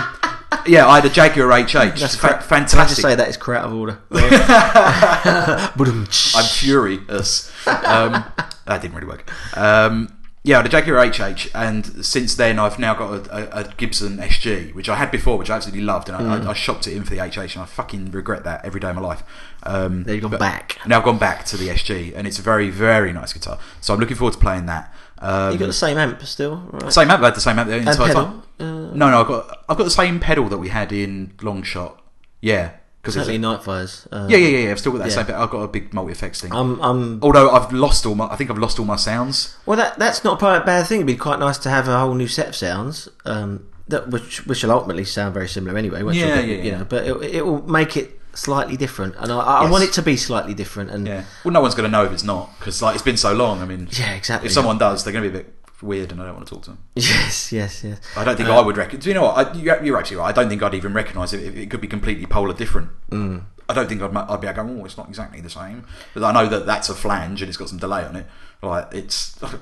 Speaker 2: yeah, I had a Jaguar HH. That's
Speaker 1: correct. Can I just
Speaker 2: fantastic.
Speaker 1: say that is correct out of *laughs* order? Ba-dum-tsh.
Speaker 2: I'm furious. Um, that didn't really work. Um, yeah, the Jaguar HH, and since then I've now got a, a, a Gibson SG, which I had before, which I absolutely loved, and
Speaker 1: Mm.
Speaker 2: I, I, I shopped it in for the HH, and I fucking regret that every day of my life. Um,
Speaker 1: They've gone
Speaker 2: but-
Speaker 1: back.
Speaker 2: Now I've gone back to the SG, and it's a very, very nice guitar. So I'm looking forward to playing that. Um,
Speaker 1: You got the same amp still, right?
Speaker 2: Same amp, I had the same amp the entire
Speaker 1: pedal?
Speaker 2: time.
Speaker 1: Uh,
Speaker 2: no, no, I've got I've got the same pedal that we had in long shot. Yeah, because
Speaker 1: Certainly
Speaker 2: yeah,
Speaker 1: Nightfires. Uh,
Speaker 2: yeah, yeah, yeah. I've still got that
Speaker 1: Yeah. Oh.
Speaker 2: same. Pedal. I've got a big multi effects thing.
Speaker 1: I'm, I'm.
Speaker 2: Although I've lost all my, I think I've lost all my sounds.
Speaker 1: Well, that that's not a bad thing. It'd be quite nice to have a whole new set of sounds. Um, that which which will ultimately sound very similar anyway. Once
Speaker 2: Yeah,
Speaker 1: you,
Speaker 2: yeah,
Speaker 1: you
Speaker 2: yeah.
Speaker 1: know, but it, it will make it slightly different, and I, I
Speaker 2: Yes.
Speaker 1: want it to be slightly different. And
Speaker 2: Yeah. Well, no one's going to know if it's not because like it's been so long. I mean,
Speaker 1: Yeah, exactly.
Speaker 2: If someone does, they're going to be a bit weird, and I don't want to talk to them.
Speaker 1: *laughs* yes, yes, yes.
Speaker 2: I don't think I
Speaker 1: Um,
Speaker 2: would reckon. Do you know what? I, you're, you're actually right. I don't think I'd even recognise it. It, it could be completely polar different. Mm. I don't think I'd, ma- I'd be like, oh, it's not exactly the same. But I know that that's a flange and it's got some delay on it. Like it's, *laughs*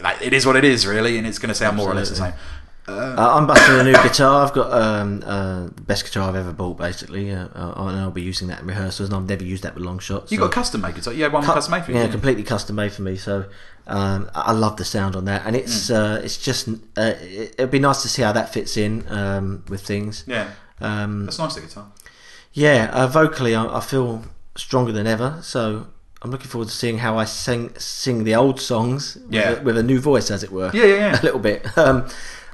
Speaker 2: like, it is what it is, really, and it's going to sound more or less the same.
Speaker 1: Absolutely. Uh, I'm busting a new guitar. I've got um, uh, the best guitar I've ever bought, basically, uh, uh, and I'll be using that in rehearsals. And I've never used that with long shots.
Speaker 2: You
Speaker 1: so-
Speaker 2: got custom made guitar. You had one
Speaker 1: Cu-
Speaker 2: custom made for you.
Speaker 1: Yeah,
Speaker 2: didn't you?
Speaker 1: completely custom made for me. So um, I I love the sound on
Speaker 2: Hmm.
Speaker 1: that, and it's uh, it's just uh, it, it'd be nice to see how that fits in um, with things.
Speaker 2: yeah.
Speaker 1: Um,
Speaker 2: That's nice. The guitar.
Speaker 1: yeah, uh, vocally I, I feel stronger than ever. So I'm looking forward to seeing how I sing sing the old songs
Speaker 2: Yeah.
Speaker 1: with, a, with a new voice, as it were.
Speaker 2: Yeah, yeah, yeah.
Speaker 1: *laughs* a little bit. Um,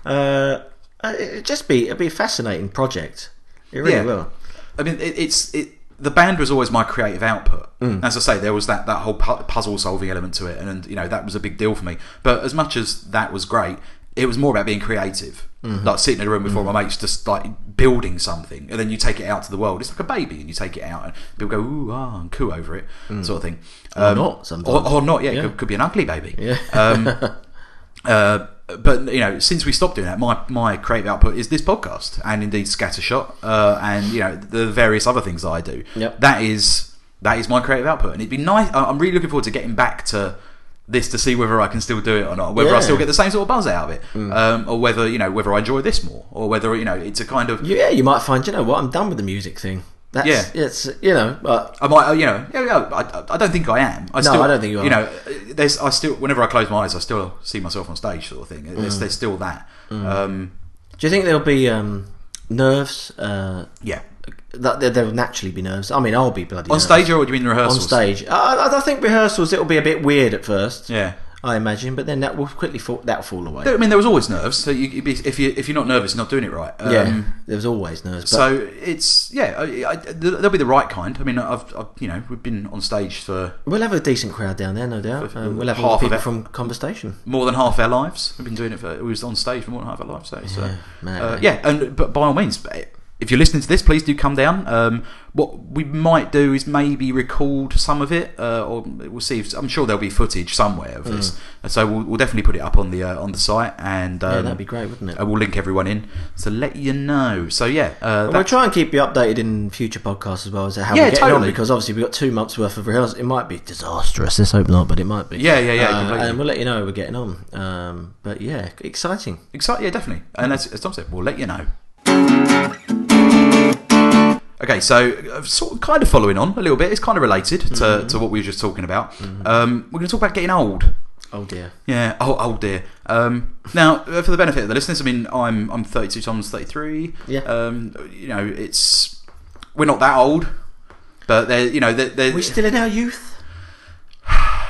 Speaker 1: uh, uh, it'd just be it'd be a fascinating project. It really
Speaker 2: Yeah.
Speaker 1: will.
Speaker 2: I mean, it, it's it. The band was always my creative output.
Speaker 1: Mm.
Speaker 2: As I say, there was that, that whole pu- puzzle solving element to it, and, and you know that was a big deal for me. But as much as that was great, it was more about being creative,
Speaker 1: Mm-hmm.
Speaker 2: like sitting in a room before my mates, just like building something, and then you take it out to the world. It's like a baby, and you take it out, and people go ooh ah and coo over it, sort of thing.
Speaker 1: Mm.
Speaker 2: Um,
Speaker 1: Or not, sometimes.
Speaker 2: or, or not. Yeah,
Speaker 1: Yeah.
Speaker 2: It could, could be an ugly baby. Um, *laughs* Uh, but you know, since we stopped doing that, my my creative output is this podcast and indeed Scattershot, uh, and you know the various other things that I do.
Speaker 1: Yep.
Speaker 2: That is that is my creative output, and it'd be nice. I- I'm really looking forward to getting back to this to see whether I can still do it or not, whether I
Speaker 1: Yeah. Hmm.
Speaker 2: still get the same sort of buzz out of it, um, or whether you know whether I enjoy this more, or whether you know it's a kind
Speaker 1: *laughs*
Speaker 2: of
Speaker 1: Yeah, you might find you know what I'm done with the music thing. That's,
Speaker 2: Yeah.
Speaker 1: it's you know. Uh,
Speaker 2: I might, you know, yeah, yeah, I, I don't think I am. I
Speaker 1: No,
Speaker 2: still,
Speaker 1: I don't think you are.
Speaker 2: You know, there's, I still, whenever I close my eyes, I still see myself on stage, sort of thing. There's,
Speaker 1: Mm.
Speaker 2: there's still that. Um,
Speaker 1: do you think there'll be um, nerves? Uh,
Speaker 2: yeah,
Speaker 1: that there- there'll naturally be nerves. I mean, I'll be bloody
Speaker 2: on
Speaker 1: nervous.
Speaker 2: stage or do you mean rehearsals?
Speaker 1: On stage, I, I- I think rehearsals it'll be a bit weird at first.
Speaker 2: Yeah.
Speaker 1: I imagine, but then that will quickly fall, that'll fall away.
Speaker 2: I mean, there was always nerves. So you, you'd be, if you if you're not nervous, you're not doing it right. Um,
Speaker 1: yeah, there's always nerves. But
Speaker 2: So it's yeah, I, I, they'll be the right kind. I mean, I've, I've you know we've been on stage for
Speaker 1: we'll have a decent crowd down there, no doubt. Um, we'll have
Speaker 2: half
Speaker 1: more
Speaker 2: of
Speaker 1: people
Speaker 2: it.
Speaker 1: from conversation.
Speaker 2: more than half our lives. We've been doing it for we was on stage for more than half our lives. So yeah, so,
Speaker 1: mad,
Speaker 2: uh,
Speaker 1: eh?
Speaker 2: yeah and but by all means, eh, if you're listening to this, please do come down. Um, what we might do is maybe record some of it, uh, or we'll see. If, I'm sure there'll be footage somewhere of this, so we'll, we'll definitely put it up on the uh, on the site, and um,
Speaker 1: Hmm. Yeah, that'd be great, wouldn't it?
Speaker 2: I will link everyone in to let you know. So yeah,
Speaker 1: And
Speaker 2: uh, that-
Speaker 1: we'll try and keep you updated in future podcasts as well as to how
Speaker 2: Yeah,
Speaker 1: we're getting on
Speaker 2: totally.
Speaker 1: because obviously we've got two months worth of rehearsals. It might be disastrous. Let's hope not, but it might be.
Speaker 2: Yeah, yeah, yeah,
Speaker 1: Uh,
Speaker 2: completely.
Speaker 1: and we'll let you know how we're getting on. Um, but yeah, exciting.
Speaker 2: Exciting, yeah, definitely. And as, as Tom said, we'll let you know. Okay, so uh, sort of, kind of following on a little bit, it's kind of related to,
Speaker 1: Mm-hmm.
Speaker 2: to what we were just talking about. Um, we're going to talk about getting old.
Speaker 1: Oh dear.
Speaker 2: Yeah, oh, oh dear. Um, now, uh, for the benefit of the listeners, I mean, I'm I'm 32, Tom's 33.
Speaker 1: Yeah.
Speaker 2: Um, you know, it's we're not that old, but they're you know they're, they're,
Speaker 1: Are we still in our youth?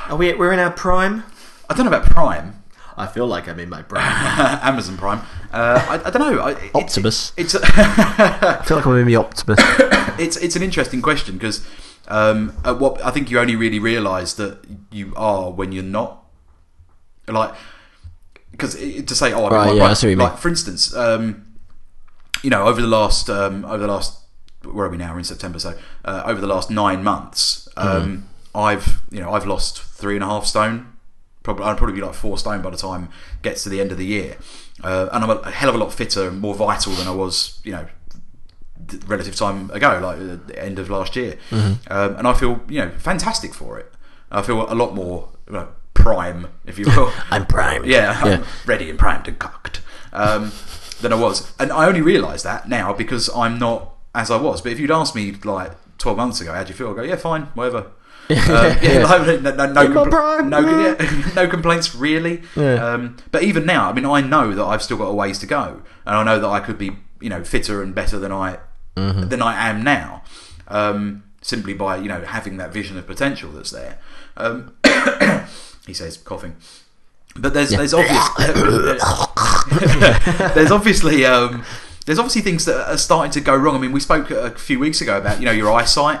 Speaker 1: Are we? We're in our prime.
Speaker 2: I don't know about Prime, *laughs*
Speaker 1: I feel like I'm in my prime.
Speaker 2: Amazon Prime. Uh, I, I don't know. I, it-
Speaker 1: Optimus.
Speaker 2: It's. it's
Speaker 1: I feel like I'm in my Optimus.
Speaker 2: *coughs* it's it's an interesting question because um, at what I think you only really realise that you are when you're not. Like, because to say, oh,
Speaker 1: Right,
Speaker 2: I'm in my
Speaker 1: yeah,
Speaker 2: prime-
Speaker 1: I see what you mean.
Speaker 2: like for instance, um, you know, over the last um, over the last where are we now? We're in September, so uh, over the last nine months,
Speaker 1: Mm-hmm.
Speaker 2: um, I've you know I've lost three and a half stone. Probably I'd probably be like four stone by the time it gets to the end of the year, uh, and I'm a hell of a lot fitter and more vital than I was, you know, th- relative time ago, like uh, the end of last year,
Speaker 1: Mm-hmm.
Speaker 2: um, and I feel you know fantastic for it. I feel a lot more you know, prime, if you will.
Speaker 1: *sighs* *laughs* I'm primed.
Speaker 2: Yeah, I'm
Speaker 1: Yeah.
Speaker 2: ready and primed and cocked um, than I was. And I only realise that now because I'm not as I was. But if you'd asked me like 12 months ago, how do you feel? I go, yeah, fine,
Speaker 1: *laughs*
Speaker 2: whatever. Um, yeah, like, *laughs* no, no, no,
Speaker 1: You're not
Speaker 2: compl-
Speaker 1: prime,
Speaker 2: no,
Speaker 1: yeah.
Speaker 2: yeah, *laughs* no complaints really.
Speaker 1: Yeah.
Speaker 2: Um, but even now, I mean, I know that I've still got a ways to go, and I know that I could be, you know, fitter and better than I
Speaker 1: Mm-hmm.
Speaker 2: than I am now, um, simply by you know having that vision of potential that's there. Um, *coughs* he says, coughing. But there's there's obvious *coughs* there's obviously um, there's obviously things that are starting to go wrong. I mean, we spoke a few weeks ago about you know your eyesight.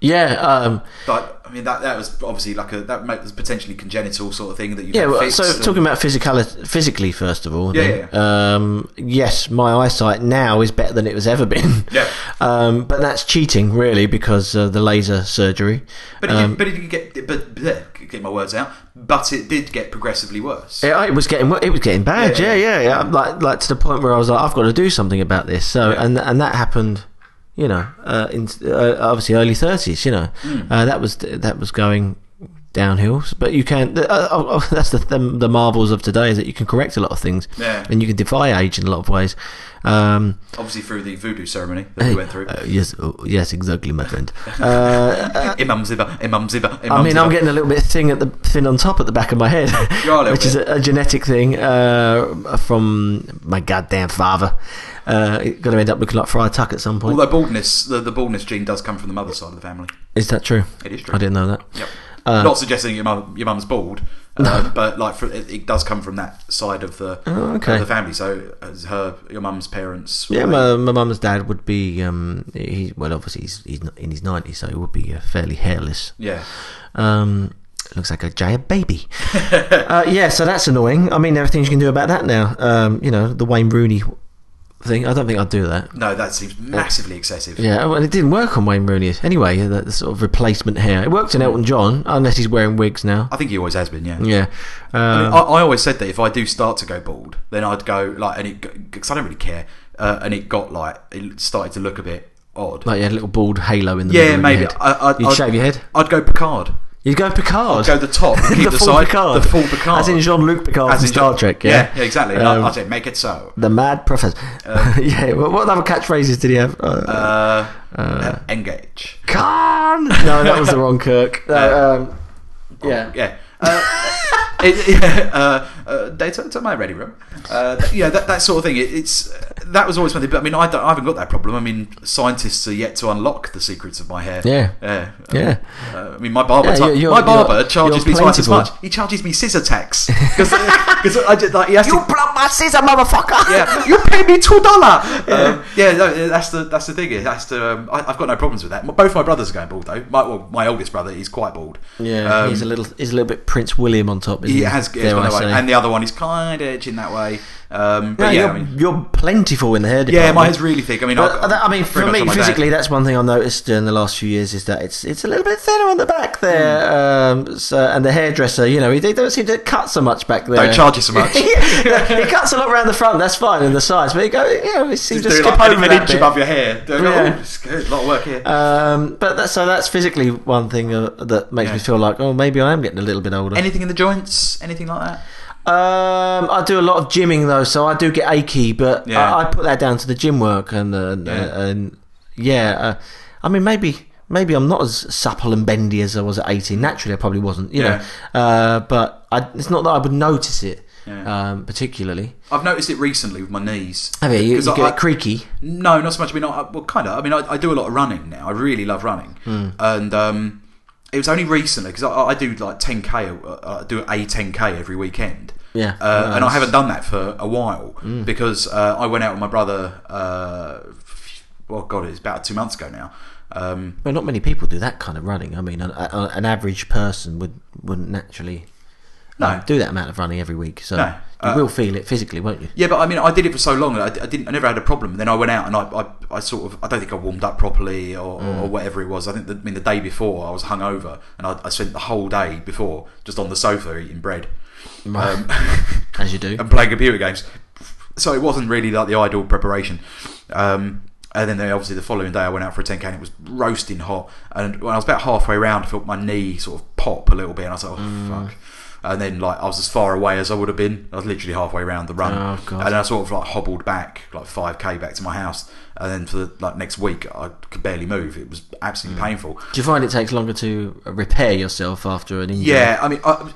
Speaker 1: Yeah. Um,
Speaker 2: But I mean that that was obviously like a that might- was potentially congenital sort of thing that you
Speaker 1: yeah. Well,
Speaker 2: fixed
Speaker 1: so
Speaker 2: and-
Speaker 1: talking about physicality, physically first of all.
Speaker 2: Yeah,
Speaker 1: then, Um, yes, my eyesight now is better than it has ever been.
Speaker 2: Yeah.
Speaker 1: *laughs* Um, but that's cheating, really, because uh, the laser surgery.
Speaker 2: But it,
Speaker 1: um,
Speaker 2: did, but it did get but bleh, get my words out. But it did get progressively worse.
Speaker 1: Yeah, it was getting it was getting bad. Yeah,
Speaker 2: Yeah, yeah.
Speaker 1: yeah, yeah. Like like to the point where I was like, I've got to do something about this. So
Speaker 2: Yeah.
Speaker 1: and and that happened, you know, uh, in uh, obviously early thirties. You know,
Speaker 2: Hmm.
Speaker 1: uh, that was that was going downhill. But you can uh, oh, *laughs* oh, that's the, the the marvels of today is that you can correct a lot of things.
Speaker 2: Yeah.
Speaker 1: and you can defy age in a lot of ways. Um,
Speaker 2: Obviously through the voodoo ceremony that we went through.
Speaker 1: uh, yes, oh, yes, exactly, my
Speaker 2: *laughs*
Speaker 1: friend. Uh,
Speaker 2: Imam Ziba, Imam Ziba, Imam
Speaker 1: I mean,
Speaker 2: Ziba.
Speaker 1: I'm getting a little bit thin at the thin on top at the back of my head,
Speaker 2: *laughs* You are a little
Speaker 1: which is a, a genetic thing uh, from my goddamn father. Uh, going to end up looking like Friar Tuck at some point.
Speaker 2: Although baldness, the, the baldness gene does come from the mother's side of the family.
Speaker 1: is that true?
Speaker 2: It is true.
Speaker 1: I didn't know that.
Speaker 2: Yep.
Speaker 1: Uh,
Speaker 2: Not suggesting your mum your mum's bald, uh, but like for, it, it does come from that side of the
Speaker 1: Oh, okay.
Speaker 2: of the family. So as her your mum's parents.
Speaker 1: Yeah, my my mum's dad would be um he well obviously he's he's not in his nineties so he would be uh, fairly hairless.
Speaker 2: yeah.
Speaker 1: Um, looks like a giant baby. uh, yeah, so that's annoying. I mean, there are things you can do about that now. Um, you know the Wayne Rooney thing. I don't think I'd do that.
Speaker 2: No, that seems massively excessive.
Speaker 1: Yeah, well, it didn't work on Wayne Rooney. Anyway, yeah, that sort of replacement hair. It worked in Elton John, unless he's wearing wigs now.
Speaker 2: I think he always has been. Yeah.
Speaker 1: Yeah.
Speaker 2: I, mean,
Speaker 1: Um,
Speaker 2: I, I always said that if I do start to go bald, then I'd go like, and it because I don't really care, uh, and it got like it started to look a bit odd.
Speaker 1: like you had a little bald halo in the
Speaker 2: yeah,
Speaker 1: middle
Speaker 2: maybe.
Speaker 1: of your head.
Speaker 2: I, I'd,
Speaker 1: You'd
Speaker 2: I'd,
Speaker 1: shave your head.
Speaker 2: I'd go Picard.
Speaker 1: You'd go Picard. *laughs*
Speaker 2: Go the top, keep the,
Speaker 1: full
Speaker 2: side,
Speaker 1: Picard.
Speaker 2: the full Picard,
Speaker 1: As in Jean-Luc Picard
Speaker 2: As
Speaker 1: from
Speaker 2: in
Speaker 1: Star
Speaker 2: Jean-
Speaker 1: Trek, yeah.
Speaker 2: yeah, exactly.
Speaker 1: Um,
Speaker 2: I, I said, make it so.
Speaker 1: the mad *laughs* professor. yeah, what, what other catchphrases did he have? Uh,
Speaker 2: Uh, uh, engage.
Speaker 1: Khan! No, that *laughs* Uh, was the wrong Kirk. No, um, yeah.
Speaker 2: Yeah. Uh, *laughs* it, yeah, uh, uh, data to my ready room. Uh, th- you know, that, that sort of thing. It, it's that was always my thing. But I mean, I, don't- I haven't got that problem. I mean, scientists are yet to unlock the secrets of my hair.
Speaker 1: Yeah.
Speaker 2: yeah,
Speaker 1: Yeah.
Speaker 2: Uh, I mean, my barber,
Speaker 1: Yeah,
Speaker 2: ti-
Speaker 1: you're- you're-
Speaker 2: my barber
Speaker 1: you're-
Speaker 2: charges
Speaker 1: you're
Speaker 2: me twice as much.
Speaker 1: plentiful.
Speaker 2: He charges me scissor tax *laughs* because I just like he has to.
Speaker 1: blood my scissor, motherfucker!
Speaker 2: *laughs*
Speaker 1: *laughs*
Speaker 2: Yeah, you pay me two dollar. Yeah, um, yeah no, that's the that's the thing. It has to. Um, I, I've got no problems with that. M- Both my brothers are going bald though. My well, my oldest brother he's quite bald.
Speaker 1: Yeah,
Speaker 2: Um,
Speaker 1: he's a little, he's a little bit Prince William on top. Isn't
Speaker 2: He
Speaker 1: he
Speaker 2: has, he has
Speaker 1: Dare
Speaker 2: gone
Speaker 1: I
Speaker 2: that way.
Speaker 1: say.
Speaker 2: and the other one is kind of itching that way. Um, but
Speaker 1: No,
Speaker 2: yeah,
Speaker 1: you're,
Speaker 2: I mean,
Speaker 1: you're plentiful in the hair
Speaker 2: yeah,
Speaker 1: department.
Speaker 2: my hair's really thick. I mean,
Speaker 1: But
Speaker 2: I,
Speaker 1: that- I mean,
Speaker 2: pretty
Speaker 1: for
Speaker 2: much
Speaker 1: me,
Speaker 2: like my dad.
Speaker 1: physically, that's one thing I noticed during the last few years is that it's it's a little bit thinner on the back there.
Speaker 2: Hmm.
Speaker 1: Um, so, and the hairdresser, you know, he, they don't seem to cut so much back there. *laughs*
Speaker 2: Don't charge you so much.
Speaker 1: he cuts a lot around the front. That's fine, and the sides, but he go, you know, he seems to
Speaker 2: *laughs* Just
Speaker 1: skip
Speaker 2: doing
Speaker 1: *laughs*
Speaker 2: like
Speaker 1: over
Speaker 2: an
Speaker 1: that
Speaker 2: inch
Speaker 1: bit.
Speaker 2: above your hair. Doing,
Speaker 1: Yeah.
Speaker 2: oh, it's good. A lot of work here.
Speaker 1: Um, but that, so that's physically one thing uh, that makes me
Speaker 2: Yeah.
Speaker 1: feel like, oh, maybe I am getting a little bit older.
Speaker 2: Anything in the joints? Anything like that?
Speaker 1: Um, I do a lot of gymming though, so I do get achy, but
Speaker 2: Yeah.
Speaker 1: I, I put that down to the gym work and uh, and,
Speaker 2: Yeah.
Speaker 1: uh, and yeah. Uh, I mean, maybe maybe I'm not as supple and bendy as I was at 18. Naturally, I probably wasn't, you
Speaker 2: Yeah.
Speaker 1: know. Uh, but I, it's not that I would notice it
Speaker 2: Yeah.
Speaker 1: um, particularly.
Speaker 2: I've noticed it recently with my knees.
Speaker 1: Have you? You,
Speaker 2: 'Cause
Speaker 1: you
Speaker 2: I-
Speaker 1: get
Speaker 2: I-
Speaker 1: creaky.
Speaker 2: No, not so much. I mean, I, I- well, kind of. I mean, I, I do a lot of running now. I really love running,
Speaker 1: Hmm.
Speaker 2: and um, it was only recently because I, I do like 10k. uh, I do a 10k every weekend.
Speaker 1: Yeah,
Speaker 2: uh, and I
Speaker 1: nice. Hmm.
Speaker 2: haven't done that for a while because uh, I went out with my brother. Uh, f- well, God, it's about two months ago now. Um,
Speaker 1: Well, not many people do that kind of running. I mean, an, a- an average person would wouldn't naturally
Speaker 2: No.
Speaker 1: um, do that amount of running every week. So
Speaker 2: No.
Speaker 1: you
Speaker 2: Uh,
Speaker 1: will feel it physically, won't you?
Speaker 2: yeah, but I mean, I did it for so long that I, I didn't. I never had a problem. Then I went out and I, I, I sort of. I don't think I warmed up properly or, or whatever it was. I think. The, I mean, the day before I was hungover and I, I spent the whole day before just on the sofa eating bread. Um,
Speaker 1: *laughs*
Speaker 2: *laughs*
Speaker 1: As you do.
Speaker 2: and playing computer games. So it wasn't really like the ideal preparation. Um, and then obviously the following day I went out for a 10k and it was roasting hot. And when I was about halfway around, I felt my knee sort of pop a little bit, and I was like, oh
Speaker 1: Mm.
Speaker 2: fuck. And then like I was as far away as I would have been. I was literally halfway around the run,
Speaker 1: Oh, God.
Speaker 2: and I sort of like hobbled back like 5k back to my house. And then for the, like next week, I could barely move. It was
Speaker 1: Mm.
Speaker 2: absolutely painful.
Speaker 1: Do you find it takes longer to repair yourself after an injury?
Speaker 2: Yeah, I mean, I,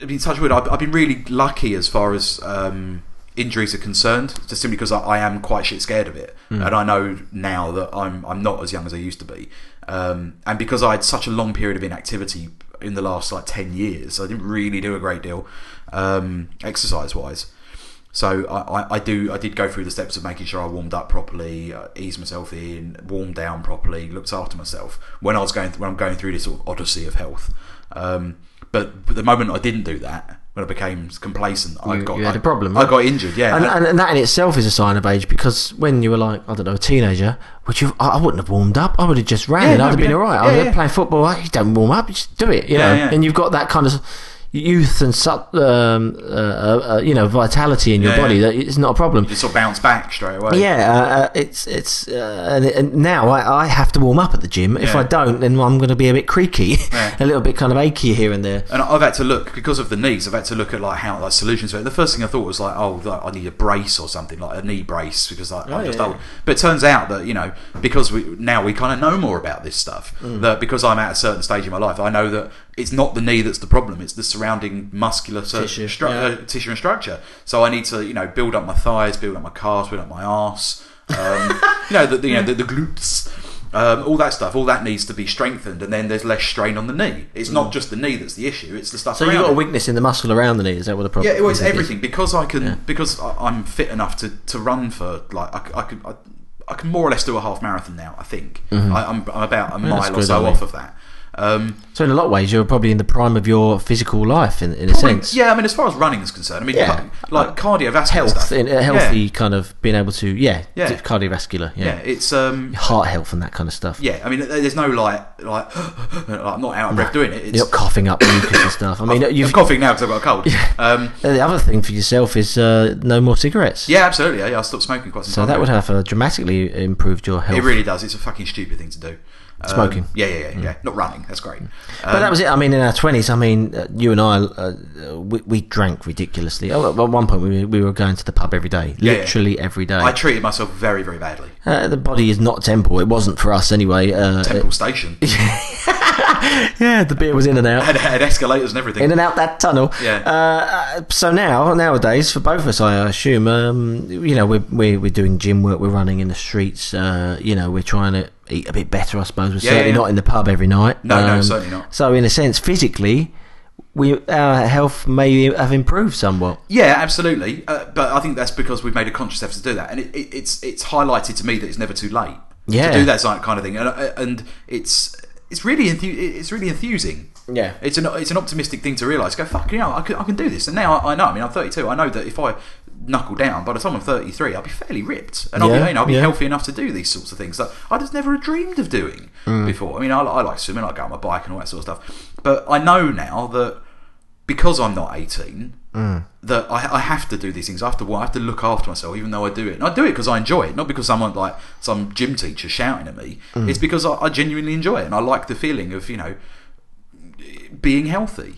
Speaker 2: I mean, touch wood. I've, I've been really lucky as far as um, injuries are concerned, just simply because I, I am quite shit scared of it, and I know now that I'm I'm not as young as I used to be, um, and because I had such a long period of inactivity in the last like ten years, I didn't really do a great deal um, exercise wise. So I, I, I do I did go through the steps of making sure I warmed up properly, uh, eased myself in, warmed down properly, looked after myself when I was going when I'm going through this sort of odyssey of health. Um, but the moment I didn't do that, when I became complacent, I
Speaker 1: You-
Speaker 2: got
Speaker 1: you had
Speaker 2: I-
Speaker 1: a problem,
Speaker 2: I
Speaker 1: right?
Speaker 2: got injured. Yeah,
Speaker 1: And, uh, and, and that in itself is a sign of age because when you were like, I don't know, a teenager, would you? I I wouldn't have warmed up. I would have just ran
Speaker 2: Yeah,
Speaker 1: and
Speaker 2: no,
Speaker 1: I'd have been
Speaker 2: yeah.
Speaker 1: all right.
Speaker 2: Yeah,
Speaker 1: I was
Speaker 2: yeah.
Speaker 1: playing football. I, you don't warm up. You just do it. You
Speaker 2: Yeah,
Speaker 1: know.
Speaker 2: yeah.
Speaker 1: And you've got that kind of youth and su- um, uh, uh, uh, you know vitality in your
Speaker 2: Yeah,
Speaker 1: body
Speaker 2: yeah.
Speaker 1: that it's not a problem.
Speaker 2: you sort of bounce back straight away.
Speaker 1: Yeah, uh, uh, it's it's uh, and, and now I, I have to warm up at the gym. If
Speaker 2: Yeah.
Speaker 1: I don't, then I'm going to be a bit creaky, *laughs*
Speaker 2: Yeah.
Speaker 1: a little bit kind of achy here and there.
Speaker 2: And I've had to look because of the knees. I've had to look at like how like solutions. for it. The first thing I thought was like, oh, like, I need a brace or something, like a knee brace, because like,
Speaker 1: Oh,
Speaker 2: I'm just
Speaker 1: yeah.
Speaker 2: old. But it turns out that you know because we now we kind of know more about this stuff.
Speaker 1: Mm.
Speaker 2: That because I'm at a certain stage in my life, I know that it's not the knee that's the problem. It's the surrounding muscular sur-
Speaker 1: Tissue,
Speaker 2: stru-
Speaker 1: yeah.
Speaker 2: uh, tissue and structure. So I need to you know build up my thighs, build up my calves, build up my arse. Um,
Speaker 1: *laughs*
Speaker 2: you know the, the you know the, the glutes. Um, all that stuff, all that needs to be strengthened, and then there's less strain on the knee. It's not just the knee that's the issue; it's the stuff.
Speaker 1: Mm. So
Speaker 2: around
Speaker 1: you've got a
Speaker 2: it.
Speaker 1: weakness in the muscle around the knee. Is that what the problem?
Speaker 2: Yeah, it was
Speaker 1: is?
Speaker 2: everything because I can because I- I'm fit enough to, to run for like I, c- I could I, I can more or less do a half marathon now. I think I, I'm, I'm about a
Speaker 1: Mm-hmm. that's
Speaker 2: mile or
Speaker 1: good,
Speaker 2: so
Speaker 1: I
Speaker 2: off of that. Um,
Speaker 1: So in a lot of ways, you're probably in the prime of your physical life in, in a
Speaker 2: probably-
Speaker 1: sense.
Speaker 2: yeah, I mean, as far as running is concerned, I mean,
Speaker 1: Yeah. Uh,
Speaker 2: like, like cardiovascular
Speaker 1: Health,
Speaker 2: stuff.
Speaker 1: in a healthy kind of being able to, yeah,
Speaker 2: Yeah.
Speaker 1: d- cardiovascular,
Speaker 2: Yeah, yeah
Speaker 1: yeah.
Speaker 2: it's um,
Speaker 1: heart health and that kind of stuff.
Speaker 2: yeah. I mean, there- there's no like like, *gasps* I'm not out of breath doing it. It's,
Speaker 1: You're
Speaker 2: *laughs*
Speaker 1: not coughing up mucus and stuff. I mean,
Speaker 2: I'm
Speaker 1: you've,
Speaker 2: coughing now because I've got a
Speaker 1: *laughs*
Speaker 2: cold. Um,
Speaker 1: the other thing for yourself is uh, no more cigarettes.
Speaker 2: yeah, absolutely. Yeah, yeah, I stopped smoking quite some
Speaker 1: So
Speaker 2: time
Speaker 1: that
Speaker 2: ago.
Speaker 1: would have uh, dramatically improved your health.
Speaker 2: It really does. It's a fucking stupid thing to do. Um,
Speaker 1: Smoking. Mm.
Speaker 2: yeah, yeah, yeah, yeah. Not running. That's great. Um,
Speaker 1: But that was it. I mean, in our twenties, I mean, uh, you and I, uh, uh, we, we drank ridiculously. Oh, at one point, we, we were going to the pub every day,
Speaker 2: Yeah, yeah.
Speaker 1: literally every day.
Speaker 2: I treated myself very, very badly.
Speaker 1: uh, the body is not a temple. It wasn't for us anyway. Uh, *laughs*
Speaker 2: Temple Station.
Speaker 1: yeah, the beer was in and out.
Speaker 2: had, had escalators and everything.
Speaker 1: In and out that tunnel.
Speaker 2: Yeah.
Speaker 1: Uh, uh, so now, nowadays, for both of us, I assume, um, you know, we're, we're we're doing gym work, we're running in the streets. Uh, you know, we're trying to eat a bit better. I suppose we're
Speaker 2: Yeah,
Speaker 1: certainly
Speaker 2: yeah, yeah.
Speaker 1: not in the pub every night. Um,
Speaker 2: No, no, certainly not.
Speaker 1: So, in a sense, physically, we our health may have improved somewhat.
Speaker 2: Yeah, absolutely. Uh, but I think that's because we've made a conscious effort to do that, and it, it, it's it's highlighted to me that it's never too late
Speaker 1: Yeah.
Speaker 2: to do that kind of thing, and uh, and it's it's really enthu- it's really enthusing.
Speaker 1: Yeah.
Speaker 2: it's an it's an optimistic thing to realise. Go fuck, you know, I can, I can do this, and now I, I know. I mean, I'm 32. I know that if I knuckle down, by the time I'm 33, I'll be fairly ripped, and I'll
Speaker 1: Yeah,
Speaker 2: be you know, I'll be
Speaker 1: yeah.
Speaker 2: healthy enough to do these sorts of things that I just never dreamed of doing
Speaker 1: Mm.
Speaker 2: before. I mean, I, I like swimming, I go on my bike and all that sort of stuff, but I know now that because I'm not 18,
Speaker 1: Mm.
Speaker 2: that I, I have to do these things. I have to I have to look after myself, even though I do it. And I do it because I enjoy it, not because someone like some gym teacher shouting at me.
Speaker 1: Mm.
Speaker 2: It's because I, I genuinely enjoy it, and I like the feeling of you know being healthy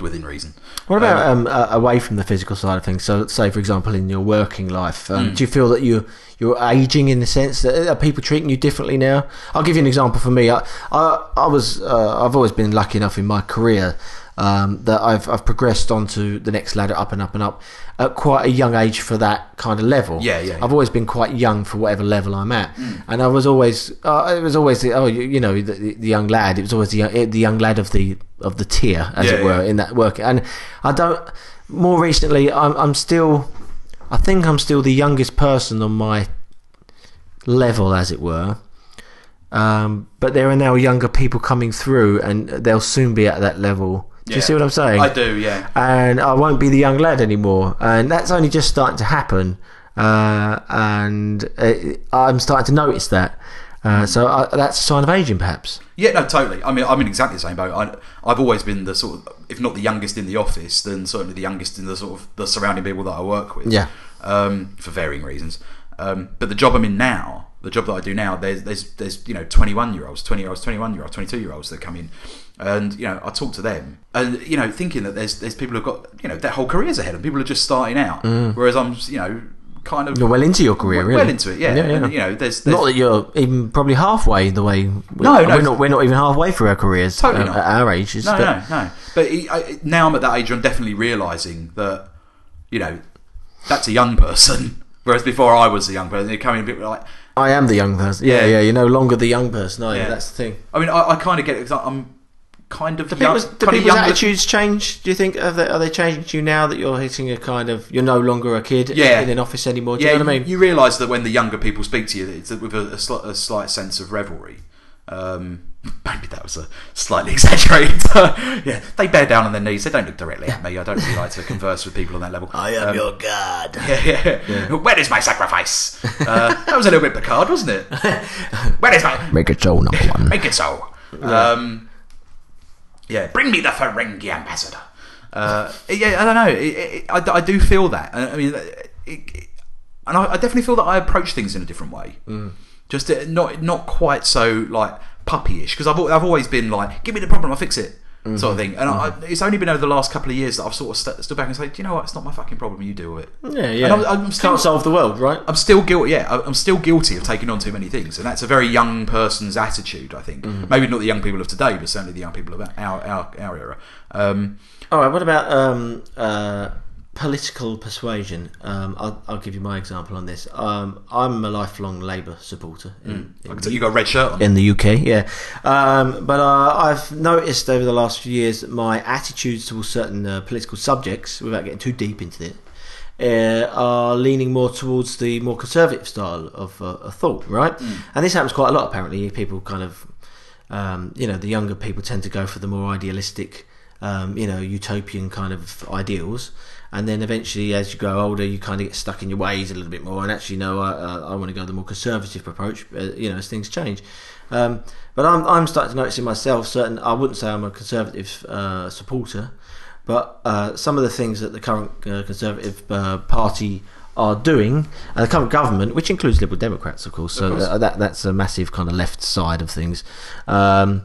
Speaker 2: within reason.
Speaker 1: Mm. What about um, uh, away from the physical side of things? So, say for example, in your working life,
Speaker 2: Hmm.
Speaker 1: um, do you feel that you you're aging in the sense that uh, are people treating you differently now? I'll give you an example for me. I I, I was uh, I've always been lucky enough in my career um, that I've I've progressed onto the next ladder, up and up and up, at quite a young age for that kind of level.
Speaker 2: Yeah, Hmm. yeah, yeah.
Speaker 1: I've always been quite young for whatever level I'm at, and I was always uh, it was always the, oh you, you know the, the young lad. It was always the young, the young lad of the of the tier as
Speaker 2: Yeah,
Speaker 1: it were
Speaker 2: yeah.
Speaker 1: in that work. And I don't. More recently, I'm, I'm still. I think I'm still the youngest person on my level, as it were. Um, but there are now younger people coming through, and they'll soon be at that level. Do you
Speaker 2: Yeah.
Speaker 1: see what I'm saying?
Speaker 2: I do, yeah.
Speaker 1: and I won't be the young lad anymore. And that's only just starting to happen. Uh, and uh, I'm starting to notice that. Uh, so I, that's a sign of aging, perhaps.
Speaker 2: Yeah, no, totally. I mean, I'm in exactly the same boat. I, I've always been the sort of, if not the youngest in the office, then certainly the youngest in the sort of the surrounding people that I work with.
Speaker 1: Yeah.
Speaker 2: Um, for varying reasons. Um, but the job I'm in now, the job that I do now, there's there's there's you know 21 year olds, 20 year olds, 21 year olds, 22 year olds that come in, and you know I talk to them, and you know thinking that there's there's people who've got you know their whole careers ahead, and people are just starting out, whereas I'm you know kind of
Speaker 1: Mm. You're well into your career,
Speaker 2: well,
Speaker 1: really.
Speaker 2: well into it, yeah.
Speaker 1: Yeah, yeah.
Speaker 2: And, you know, there's, there's
Speaker 1: Not that you're even probably halfway the way.
Speaker 2: No,
Speaker 1: we're
Speaker 2: no.
Speaker 1: not. We're not even halfway through our careers.
Speaker 2: Totally
Speaker 1: uh,
Speaker 2: not.
Speaker 1: at our ages.
Speaker 2: No,
Speaker 1: but-
Speaker 2: no, no. But he, I, now I'm at that age. I'm definitely realizing that, you know, that's a young person. *laughs* Whereas before I was a young person, they come in a bit like.
Speaker 1: I am the young person. Yeah,
Speaker 2: Yeah.
Speaker 1: yeah. You're no longer the young person. Are you?
Speaker 2: Yeah.
Speaker 1: That's the thing.
Speaker 2: I mean, I, I kind of get it 'cause I'm kind of young,
Speaker 1: People's, do
Speaker 2: kind of
Speaker 1: people's
Speaker 2: younger-
Speaker 1: attitudes change? Do you think are they, are they changing to you now that you're hitting a kind of you're no longer a kid
Speaker 2: Yeah.
Speaker 1: in an office anymore? Do
Speaker 2: yeah,
Speaker 1: you know what I mean?
Speaker 2: You, realise that when the younger people speak to you, it's with a, a, sli- a slight sense of revelry. Um, *laughs* maybe that was a slightly *laughs* exaggerated. yeah, they bear down on their knees. They don't look directly at me. I don't really like to converse with people on that level. Um,
Speaker 1: god.
Speaker 2: *laughs* yeah, yeah. Where is my sacrifice? Uh, that was a little bit Picard, wasn't it? Where is my
Speaker 1: Make it so number one.
Speaker 2: make it so? Um, yeah, bring me the Ferengi ambassador. Uh, yeah, I don't know. It, it, I, I do feel that. I, I mean, it, it, and I, I definitely feel that I approach things in a different way.
Speaker 1: Mm.
Speaker 2: Just uh, not not quite so like puppyish because I've al- I've always been like, give me the problem, I'll fix it.
Speaker 1: Mm-hmm.
Speaker 2: Sort of thing, and I, it's only been over the last couple of years that I've sort of st- stood back and said, "Do you know what? It's not my fucking problem. You deal with it."
Speaker 1: Yeah, yeah.
Speaker 2: And I'm- I'm still-
Speaker 1: Can't solve the world, right?
Speaker 2: I'm still guilty. Yeah, I- I'm still guilty of taking on too many things, and that's a very young person's attitude. I think
Speaker 1: Mm.
Speaker 2: maybe not the young people of today, but certainly the young people of our our, our era. Um,
Speaker 1: All right. What about um, uh, political persuasion? Um, I'll, I'll give you my example on this. Um, I'm a lifelong Labour supporter. In, in
Speaker 2: you got a red shirt on.
Speaker 1: in the UK, yeah. Um, but uh, I've noticed over the last few years that my attitudes towards certain uh, political subjects, without getting too deep into it, uh, are leaning more towards the more conservative style of, uh, of thought, right? And this happens quite a lot, apparently. People kind of, um, you know, the younger people tend to go for the more idealistic, um, you know, utopian kind of ideals. And then eventually, as you grow older, you kind of get stuck in your ways a little bit more. And actually, no, I, uh, I, I want to go the more conservative approach. Uh, you know, as things change. Um, but I'm, I'm starting to notice in myself certain. I wouldn't say I'm a conservative uh, supporter, but uh, some of the things that the current uh, Conservative uh, Party are doing, and the current government, which includes Liberal Democrats, of course, so
Speaker 2: course.
Speaker 1: uh, that that's a massive kind of left side of things. Um,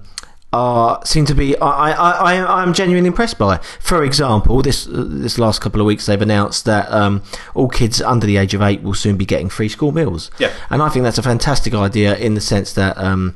Speaker 1: are seem to be I, I, I I'm genuinely impressed by. For example, this uh, this last couple of weeks they've announced that um, all kids under the age of eight will soon be getting free school meals.
Speaker 2: Yeah.
Speaker 1: and I think that's a fantastic idea in the sense that. Um,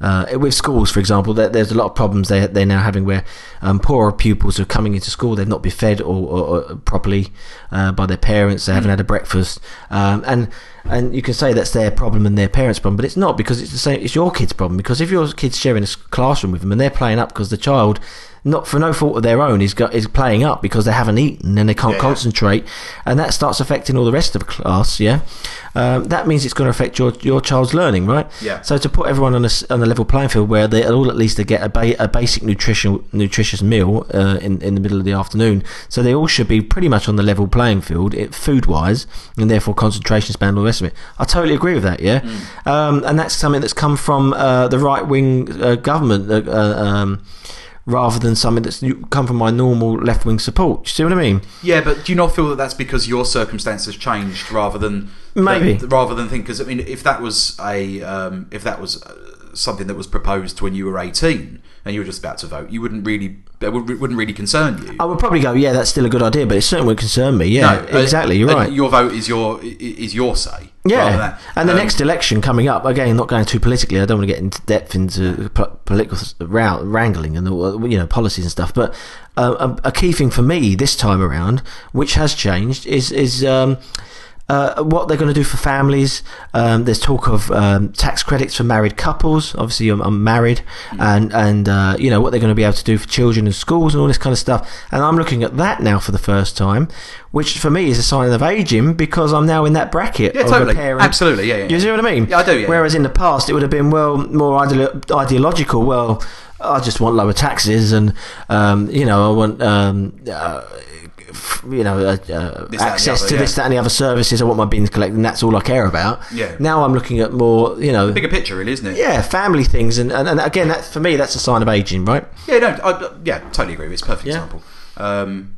Speaker 1: Uh, with schools, for example, there, there's a lot of problems they, they're now having where um, poorer pupils are coming into school. They've not been fed or, or, or properly uh, by their parents. They
Speaker 2: Mm.
Speaker 1: haven't had a breakfast, um, and and you can say that's their problem and their parents' problem, but it's not because it's the same. It's your kid's problem because if your kid's sharing a s- classroom with them and they're playing up because the child, not for no fault of their own, is go, is playing up because they haven't eaten and they can't
Speaker 2: Yeah, yeah.
Speaker 1: concentrate, and that starts affecting all the rest of the class. Yeah, um, that means it's going to affect your your child's learning, right?
Speaker 2: Yeah.
Speaker 1: So to put everyone on a, s- on a level playing field where they all at least they get a, ba- a basic nutrition nutritious meal uh, in in the middle of the afternoon, so they all should be pretty much on the level playing field food wise, and therefore concentration span and all the rest of it. I totally agree with that. Yeah, um, and that's something that's come from uh, the right wing uh, government. Uh, uh, um, Rather than something that's new- come from my normal left wing support. Do you see what I mean?
Speaker 2: Yeah, but do you not feel that that's because your circumstances changed rather than
Speaker 1: Maybe.
Speaker 2: that- rather than think? Because I mean, if that was a um, if that was uh, something that was proposed when you were eighteen and you were just about to vote, you wouldn't really that wouldn't wouldn't really concern you.
Speaker 1: I would probably go, yeah, that's still a good idea, but it certainly would concern me. Oh, Yeah,
Speaker 2: uh,
Speaker 1: exactly. You're
Speaker 2: uh,
Speaker 1: right.
Speaker 2: Your vote is your i- is your say. rather than
Speaker 1: Yeah,
Speaker 2: that.
Speaker 1: and the
Speaker 2: Um,
Speaker 1: next election coming up again. Not going too politically. I don't want to get into depth into po- political s- row- wrangling and all, you know policies and stuff. But uh, a, a key thing for me this time around, which has changed, is is um, uh, what they're going to do for families. Um, there's talk of um, tax credits for married couples. Obviously, I'm, I'm married, and and uh, you know what they're going to be able to do for children in schools and all this kind of stuff. And I'm looking at that now for the first time, which for me is a sign of aging because I'm now in that bracket
Speaker 2: yeah,
Speaker 1: of
Speaker 2: totally,
Speaker 1: a parent.
Speaker 2: absolutely, yeah, yeah.
Speaker 1: You see what I mean?
Speaker 2: Yeah, I do, yeah.
Speaker 1: Whereas in the past, it would have been well more ideolo- ideological. Well, I just want lower taxes, and um, you know, I want um, uh, f- you know uh, uh,
Speaker 2: This, that, and the
Speaker 1: access
Speaker 2: other,
Speaker 1: to
Speaker 2: yeah.
Speaker 1: this, that, and the other services. I want my bins collected, and that's all I care about.
Speaker 2: Yeah.
Speaker 1: Now I'm looking at more, you know,
Speaker 2: bigger picture, really, isn't it?
Speaker 1: yeah, family things, and, and, and again, that for me, that's a sign of aging, right?
Speaker 2: Yeah, no, I, I- yeah, totally agree. It's a perfect
Speaker 1: Yeah.
Speaker 2: example. Um,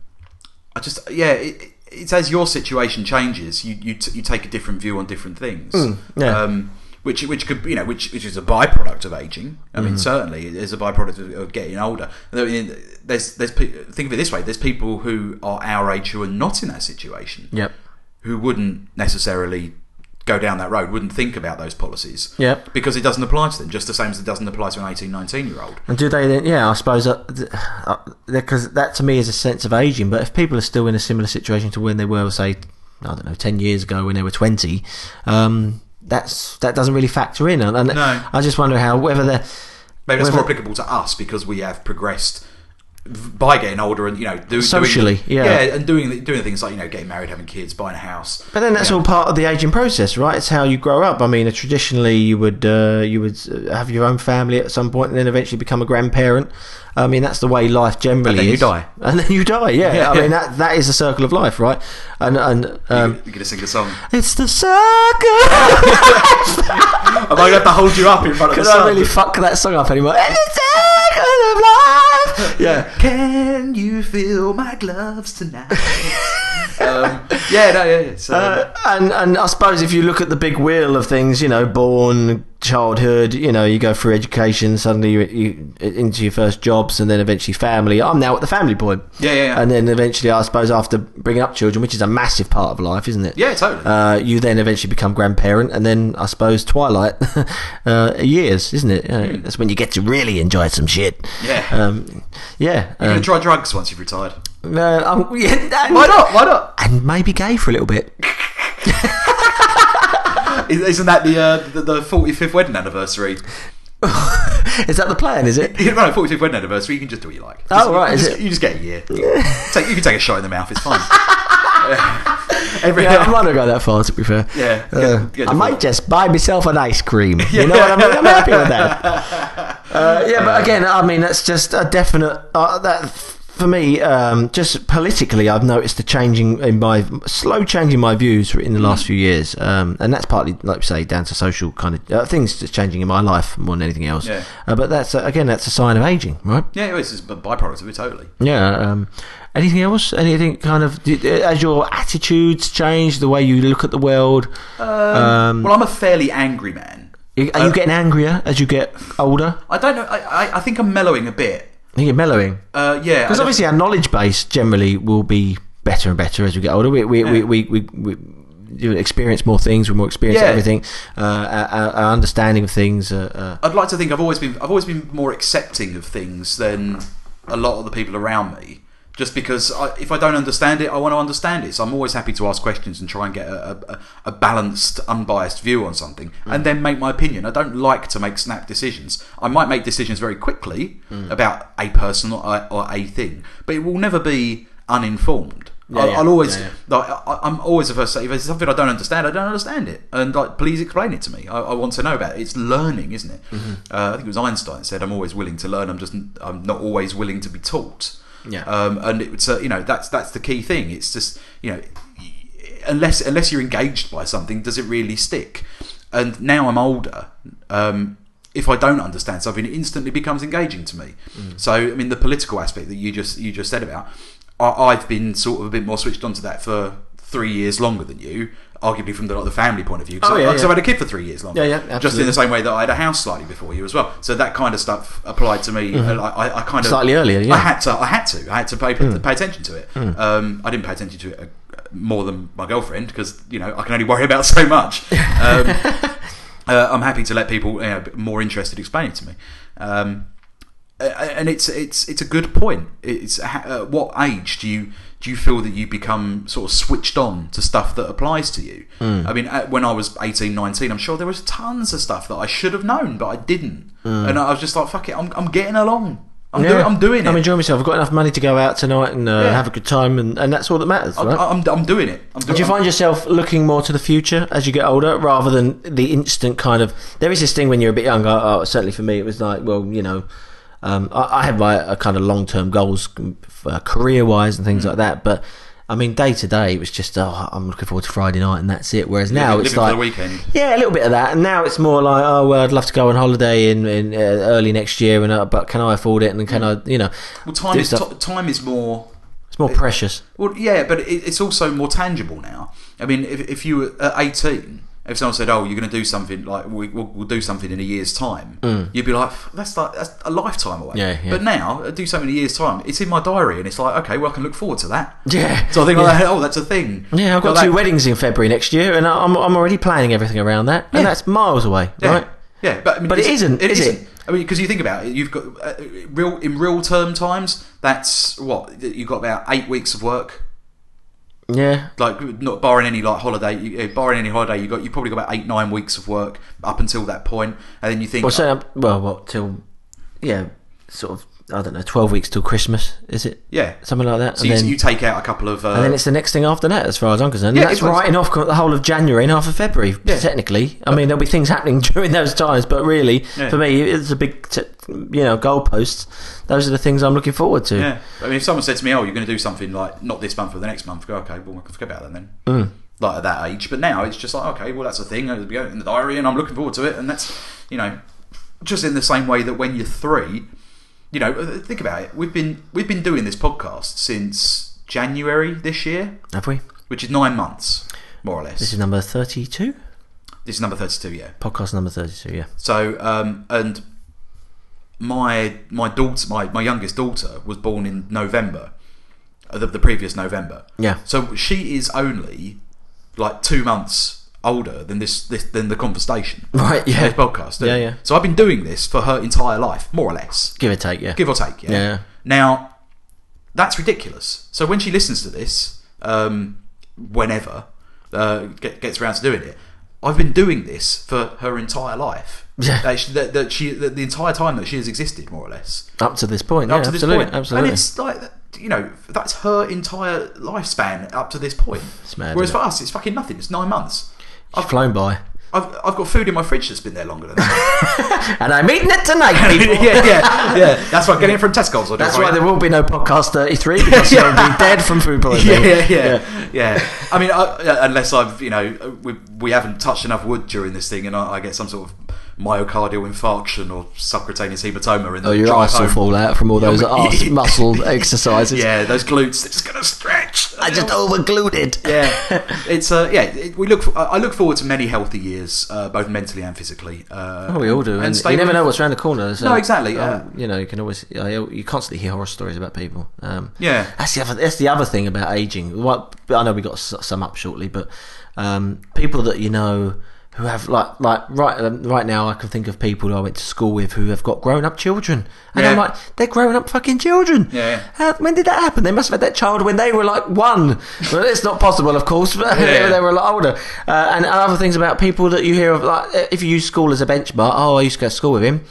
Speaker 2: I just, yeah, it, it's as your situation changes, you you, t- you take a different view on different things.
Speaker 1: Mm, yeah.
Speaker 2: Um, which, which could you know which which is a byproduct of aging. I
Speaker 1: Mm-hmm.
Speaker 2: mean, certainly it is a byproduct of, of getting older. And I mean, There's there's pe- think of it this way: there's people who are our age who are not in that situation,
Speaker 1: Yep.
Speaker 2: who wouldn't necessarily go down that road, wouldn't think about those policies,
Speaker 1: Yep.
Speaker 2: because it doesn't apply to them. Just the same as it doesn't apply to an 18, 19 year old.
Speaker 1: And do they then? Yeah, I suppose because uh, because that to me is a sense of aging. But if people are still in a similar situation to when they were, say, I don't know, ten years ago when they were twenty, um, that's that doesn't really factor in. And, and
Speaker 2: No.
Speaker 1: I just wonder how whether they're
Speaker 2: Maybe that's
Speaker 1: Whether-
Speaker 2: more applicable to us because we have progressed v- by getting older and you know do,
Speaker 1: Socially,
Speaker 2: doing,
Speaker 1: yeah.
Speaker 2: and doing doing things like you know getting married, having kids, buying a house.
Speaker 1: But then that's all part of the aging process, right? It's how you grow up. I mean, uh, traditionally you would uh, you would uh, have your own family at some point, and then eventually become a grandparent. I mean, that's the way life generally
Speaker 2: then you
Speaker 1: is.
Speaker 2: die.
Speaker 1: *laughs* and then you die. Yeah,
Speaker 2: *laughs* Yeah.
Speaker 1: I mean that that is the circle of life, right? And and um,
Speaker 2: You're gonna sing the song.
Speaker 1: it's the *laughs* circle.
Speaker 2: Am I gonna have to hold you up in front of the
Speaker 1: Because I
Speaker 2: sun?
Speaker 1: really fuck that song up anymore. And it's the circle of life.
Speaker 2: *laughs*
Speaker 1: Yeah.
Speaker 2: Can you feel my gloves tonight? *laughs* um, yeah, no, yeah, yeah. So,
Speaker 1: Uh, and and I suppose if you look at the big wheel of things, you know, born, childhood, you know, you go through education, suddenly you, you into your first jobs, and then eventually family. I'm now at the family point.
Speaker 2: yeah, yeah, yeah.
Speaker 1: And then eventually, I suppose, after bringing up children, which is a massive part of life, isn't it?
Speaker 2: yeah, totally.
Speaker 1: Uh, you then eventually become grandparent, and then I suppose twilight *laughs* uh, years, isn't it? You know, That's when you get to really enjoy some shit.
Speaker 2: Hmm. Yeah.
Speaker 1: Um, yeah.
Speaker 2: You're
Speaker 1: Um,
Speaker 2: gonna try drugs once you've retired.
Speaker 1: uh, um, yeah, *laughs* and,
Speaker 2: Why not? Why not?
Speaker 1: And maybe gay for a little bit. *laughs*
Speaker 2: Isn't that the uh, the, the 45th wedding anniversary? *laughs*
Speaker 1: Is that the plan? Is it?
Speaker 2: You know, 45th wedding anniversary, you can just do what you like.
Speaker 1: Oh,
Speaker 2: Just-
Speaker 1: right,
Speaker 2: You
Speaker 1: is *laughs* it?
Speaker 2: just, you just get a year. take, you can take a shot in the mouth,
Speaker 1: *laughs*
Speaker 2: it's fine. *laughs* Every
Speaker 1: Yeah, I might not go that far, to be fair.
Speaker 2: Yeah,
Speaker 1: Uh,
Speaker 2: get- get
Speaker 1: I
Speaker 2: to
Speaker 1: might
Speaker 2: work.
Speaker 1: just buy myself an ice
Speaker 2: *laughs*
Speaker 1: cream. You know what I mean? I'm happy with that. Uh, yeah, but again, I mean, that's just a definite. Uh, that for me, um, just politically, I've noticed a changing in my slow change in my views in the last few years, um, and that's partly, like you say, down to social kind of uh, things that's changing in my life more than anything else.
Speaker 2: Yeah.
Speaker 1: Uh, but that's uh, again, that's a sign of aging, right?
Speaker 2: Yeah, it was just a byproduct of it, totally.
Speaker 1: Yeah. Um, anything else? Anything kind of as your attitudes change, the way you look at the world? Um,
Speaker 2: well, I'm a fairly angry man.
Speaker 1: are you getting angrier as you get older?
Speaker 2: I don't know, I, I, I think I'm mellowing a bit.
Speaker 1: I think you're mellowing
Speaker 2: Uh, yeah.
Speaker 1: because
Speaker 2: I don't-
Speaker 1: obviously our knowledge base generally will be better and better as we get older. We we, we, we, we, we you experience more things, we're more experienced at
Speaker 2: Yeah.
Speaker 1: everything. Uh, our, our- our understanding of things. Uh, uh,
Speaker 2: I'd like to think I've always been I've always been more accepting of things than a lot of the people around me. Just because I, if I don't understand it, I want to understand it. So I'm always happy to ask questions and try and get a, a- a, a balanced, unbiased view on something,
Speaker 1: Mm.
Speaker 2: and then make my opinion. I don't like to make snap decisions. I might make decisions very quickly
Speaker 1: Mm.
Speaker 2: about a person or a, or a thing, but it will never be uninformed.
Speaker 1: Yeah,
Speaker 2: I'll,
Speaker 1: yeah.
Speaker 2: I'll always,
Speaker 1: Yeah, yeah.
Speaker 2: like, I, I'm always the first to say if there's something I don't understand, I don't understand it, and like please explain it to me. I, I want to know about it. It's learning, isn't it? Uh, I think it was Einstein that said, "I'm always willing to learn. I'm just I'm not always willing to be taught."
Speaker 1: Yeah.
Speaker 2: Um, and it's uh, you know that's that's the key thing. It's just you know unless unless you're engaged by something, does it really stick? And now I'm older. Um, if I don't understand something, it instantly becomes engaging to me.
Speaker 1: Mm.
Speaker 2: So I mean, the political aspect that you just you just said about, I, I've been sort of a bit more switched onto that for three years longer than you, arguably from the like the family point of view. 'cause
Speaker 1: Oh,
Speaker 2: I,
Speaker 1: yeah,
Speaker 2: because
Speaker 1: yeah.
Speaker 2: I've had a kid for three years longer.
Speaker 1: Yeah, yeah,
Speaker 2: Just in
Speaker 1: absolutely.
Speaker 2: the same way that I had a house slightly before you as well. So that kind of stuff applied to me.
Speaker 1: Mm-hmm.
Speaker 2: and I, I, I kind of
Speaker 1: Slightly earlier, yeah. Hmm.
Speaker 2: I had to. I had to. I had to pay, pay attention to it. Um, I didn't pay attention to it uh, more than my girlfriend because you know I can only worry about *laughs* so much.
Speaker 1: *laughs*
Speaker 2: Um, uh, I'm happy to let people you know, more interested explain it to me. Um, a- and it's it's it's a good point. It's ha- uh, what age do you do you feel that you become sort of switched on to stuff that applies to you?
Speaker 1: Hmm.
Speaker 2: I mean, at- when I was 18, 19, I'm sure there was tons of stuff that I should have known but I didn't,
Speaker 1: Hmm.
Speaker 2: and I was just like, "Fuck it, I'm, I'm getting along. I'm doing I'm doing it.
Speaker 1: I'm enjoying myself. I've got enough money to go out tonight and uh,
Speaker 2: Yeah.
Speaker 1: have a good time, and, and that's all that matters,
Speaker 2: I'm,
Speaker 1: right?
Speaker 2: I'm, I'm doing it. I'm doing
Speaker 1: Do you
Speaker 2: it.
Speaker 1: find yourself looking more to the future as you get older rather than the instant kind of. There is this thing when you're a bit younger, oh, certainly for me, it was like, well, you know, um, I, I have my uh, kind of long term goals uh, career wise and
Speaker 2: Hmm.
Speaker 1: things like that, but. I mean, day to day, it was just, oh, I'm looking forward to Friday night, and that's it. Whereas now,
Speaker 2: living
Speaker 1: it's
Speaker 2: for
Speaker 1: like,
Speaker 2: the weekend.
Speaker 1: yeah, a little bit of that, and now it's more like, oh well, I'd love to go on holiday in, in uh, early next year, and uh, but can I afford it? And can I, you know,
Speaker 2: Hmm. Well, time
Speaker 1: do
Speaker 2: is
Speaker 1: stuff?
Speaker 2: t- time is more.
Speaker 1: it's more precious.
Speaker 2: Well, yeah, but it, it's also more tangible now. I mean, if, if you were at eighteen, if someone said, "Oh, you're going to do something like we, we'll, we'll do something in a year's time," you'd be like, "That's like that's a lifetime away."
Speaker 1: Mm. Yeah, yeah.
Speaker 2: But now, I do something in a year's time. It's in my diary, and it's like, okay, well, I can look forward
Speaker 1: *laughs*
Speaker 2: to that.
Speaker 1: Yeah.
Speaker 2: So I think,
Speaker 1: Yeah.
Speaker 2: like, oh, that's a thing.
Speaker 1: Yeah, I've got
Speaker 2: Like
Speaker 1: two
Speaker 2: that-
Speaker 1: weddings in February next year, and I- I'm, I'm already planning everything around that, and
Speaker 2: Yeah.
Speaker 1: that's miles away,
Speaker 2: Yeah.
Speaker 1: right?
Speaker 2: Yeah, but I mean,
Speaker 1: But it isn't, is it?
Speaker 2: I mean, because you think about it, you've got uh, real in real term times. That's what you've got about eight weeks of work.
Speaker 1: Yeah,
Speaker 2: Like, not barring any like holiday, you, uh, barring any holiday, you got you probably got about eight nine weeks of work up until that point, and then you think,
Speaker 1: well, so um, well, what till? Yeah, sort of. I don't know, twelve weeks till Christmas, is it?
Speaker 2: yeah. So
Speaker 1: something like that.
Speaker 2: you,
Speaker 1: and then,
Speaker 2: you take out a couple of, uh,
Speaker 1: and then it's the next thing after that, as far as I'm concerned.
Speaker 2: Yeah,
Speaker 1: and that's
Speaker 2: it was-
Speaker 1: writing off the whole of January and half of February,
Speaker 2: Yeah. Uh,
Speaker 1: technically. I mean, there'll be things happening *laughs* during those times, but really,
Speaker 2: Yeah.
Speaker 1: for me, it's a big, t- you know, goalposts. Those are the things I'm looking forward to.
Speaker 2: yeah. I mean, if someone said to me, "Oh, you're going to do something like not this month, but the next month," I go, okay, well, I can forget about that then.
Speaker 1: Mm.
Speaker 2: Like at that age, but now it's just like, okay, well, that's a thing. It'll be in the diary, and I'm looking forward to it. And that's, you know, just in the same way that when you're three, you know, uh, think about it. We've been we've been doing this podcast since January this year,
Speaker 1: Have we?
Speaker 2: which is nine months, more or less.
Speaker 1: This is number thirty-two.
Speaker 2: This is number thirty-two, yeah.
Speaker 1: Podcast number thirty-two. Yeah. *laughs*
Speaker 2: So um, and my my daughter, my, my youngest daughter, was born in November, uh, the, the previous November.
Speaker 1: Yeah.
Speaker 2: So she is only like two months older than this, this than the conversation.
Speaker 1: Right. Yeah.
Speaker 2: This podcast.
Speaker 1: Yeah, yeah.
Speaker 2: So I've been doing this for her entire life, more or less,
Speaker 1: Give or take. Yeah.
Speaker 2: give or take. Yeah.
Speaker 1: Yeah, yeah.
Speaker 2: Now, that's ridiculous. So when she listens to this, um, whenever uh, get, gets around to doing it, I've been doing this for her entire life.
Speaker 1: Yeah.
Speaker 2: That she, that, that she that the entire time that she has existed, more or less
Speaker 1: Up to this point.
Speaker 2: up
Speaker 1: yeah,
Speaker 2: to this
Speaker 1: absolutely,
Speaker 2: point.
Speaker 1: Absolutely.
Speaker 2: And it's like, you know, that's her entire lifespan up to this point.
Speaker 1: It's mad,
Speaker 2: Whereas
Speaker 1: isn't
Speaker 2: for us, it's fucking nothing. It's nine months.
Speaker 1: I've flown by.
Speaker 2: I've, I've got food in my fridge that's been there longer
Speaker 1: *laughs*
Speaker 2: than that. *laughs*
Speaker 1: And I'm eating it tonight, people.
Speaker 2: yeah, yeah, yeah. That's why I'm getting it from Tesco's.
Speaker 1: *laughs*
Speaker 2: I'll do
Speaker 1: That's
Speaker 2: it for
Speaker 1: why
Speaker 2: you.
Speaker 1: there will be no podcast 33 because
Speaker 2: *laughs* Yeah.
Speaker 1: you'll be dead from food poisoning.
Speaker 2: *laughs* yeah, yeah, yeah, yeah. I uh, mean, I, unless I've, you know, we, we haven't touched enough wood during this thing, and I, I get some sort of myocardial infarction or subcutaneous hematoma in the
Speaker 3: Oh, your
Speaker 2: drive
Speaker 3: ass will
Speaker 2: home. *laughs*
Speaker 3: fall out from all those arse muscle exercises.
Speaker 2: Yeah, those glutes. It's gonna stretch.
Speaker 1: I just overgluted. *laughs*
Speaker 2: *laughs* yeah, it's uh, yeah. It, we look. For, I I look forward to many healthy years, uh, both mentally and physically. Uh,
Speaker 1: Oh, we all do. And,
Speaker 2: stay
Speaker 1: you never
Speaker 2: with-
Speaker 1: know what's around the corner. So,
Speaker 2: No, exactly, yeah.
Speaker 1: um, you know, you can always I, you constantly hear horror stories about people. Um,
Speaker 2: Yeah.
Speaker 1: that's the other that's the other thing about aging. What I know we got s- some up shortly, but um, people that you know who have like like right um, right now, I can think of people who I went to school with who have got grown up children, and I'm
Speaker 2: Yeah.
Speaker 1: like, they're grown up fucking children.
Speaker 2: Yeah, yeah.
Speaker 1: How, when did that happen? They must have had that child when they were like one. well, it's not possible, of course, but
Speaker 2: Yeah.
Speaker 1: they were a lot older. Uh, and other things about people that you hear of, like uh, if you use school as a benchmark, oh, I used to go to school with him.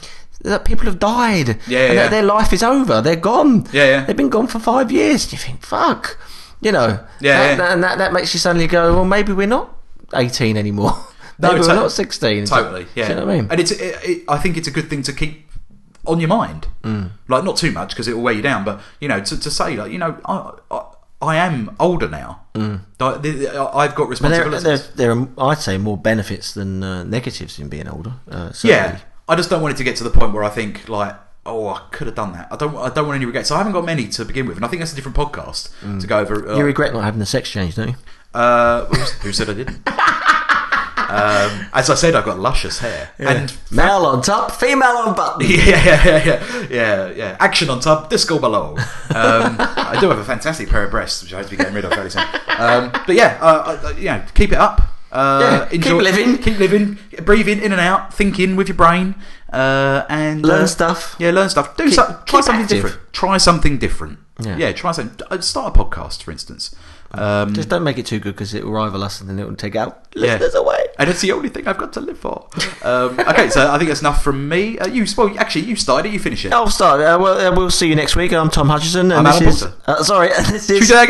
Speaker 1: That people have died.
Speaker 2: Yeah,
Speaker 1: And
Speaker 2: yeah.
Speaker 1: that Their life is over. They're gone.
Speaker 2: Yeah, yeah.
Speaker 1: They've been gone for five years. You think, fuck. You know.
Speaker 2: Yeah,
Speaker 1: that-
Speaker 2: yeah.
Speaker 1: And that, that makes you suddenly go, well, maybe we're not 18 anymore. *laughs*
Speaker 2: No,
Speaker 1: maybe we're
Speaker 2: to-
Speaker 1: not 16.
Speaker 2: Totally, yeah.
Speaker 1: Do you know what I mean?
Speaker 2: And it's, it, it, I think it's a good thing to keep on your mind,
Speaker 1: Mm.
Speaker 2: like not too much because it will weigh you down. But you know, to, to say like, you know, I, I, I am older now. Like, the- the- I- I've got
Speaker 1: Mm. But there,
Speaker 2: responsibilities.
Speaker 1: there, there are, I'd say, more benefits than uh, negatives in being older. Uh, certainly.
Speaker 2: yeah, I just don't want it to get to the point where I think like, oh, I could have done that. I don't, I don't want any regrets. So I haven't got many to begin with, and I think that's a different podcast
Speaker 1: Mm.
Speaker 2: to go over. uh,
Speaker 1: You regret not having the sex change, don't you?
Speaker 2: Uh, who's- who said
Speaker 1: *laughs*
Speaker 2: I didn't? um, as I said, I've got luscious hair and
Speaker 1: Male on top, female on bottom.
Speaker 2: *laughs* yeah, yeah, yeah, yeah, yeah. Action on top, disco below. Um, I do have a fantastic pair of breasts, which I hope to be getting rid of fairly soon. Um, but yeah, uh, uh, you know, keep it up. Uh,
Speaker 1: Yeah, keep living.
Speaker 2: *laughs* keep living, breathing in and out, thinking with your brain, uh, and
Speaker 1: Learn
Speaker 2: uh,
Speaker 1: stuff.
Speaker 2: Yeah, learn stuff. Do
Speaker 1: Keep-
Speaker 2: some- try
Speaker 1: keep
Speaker 2: something
Speaker 1: active.
Speaker 2: different. Try something different.
Speaker 1: Yeah.
Speaker 2: Yeah, try something. uh, Start a podcast, for instance. Um,
Speaker 1: Just don't make it too good because it will rival us and then it will take out
Speaker 2: Yeah.
Speaker 1: listeners away.
Speaker 2: and it's the only thing I've got to live for. Um, okay, so I think that's enough from me. Uh, you, well, actually, you started it. You finish it.
Speaker 1: I'll start. Uh, well, uh, we'll see you next week. I'm Tom Hutchison. And
Speaker 2: I'm
Speaker 1: this
Speaker 2: Alan
Speaker 1: is,
Speaker 2: Porter.
Speaker 1: uh, Sorry, *laughs* this
Speaker 2: Should we
Speaker 1: is.
Speaker 2: do that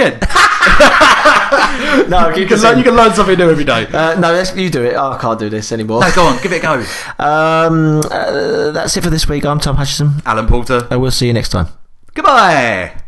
Speaker 2: again?
Speaker 1: no,
Speaker 2: you
Speaker 1: keep
Speaker 2: can
Speaker 1: this
Speaker 2: learn.
Speaker 1: in.
Speaker 2: You can learn something new every day.
Speaker 1: Uh, no, let's- you do it. Oh, I can't do this
Speaker 2: *laughs*
Speaker 1: anymore.
Speaker 2: Uh, go on, give it a go.
Speaker 1: Um, uh, that's it for this week. I'm Tom Hutchison.
Speaker 2: Alan Porter.
Speaker 1: I will see you next time.
Speaker 2: Goodbye.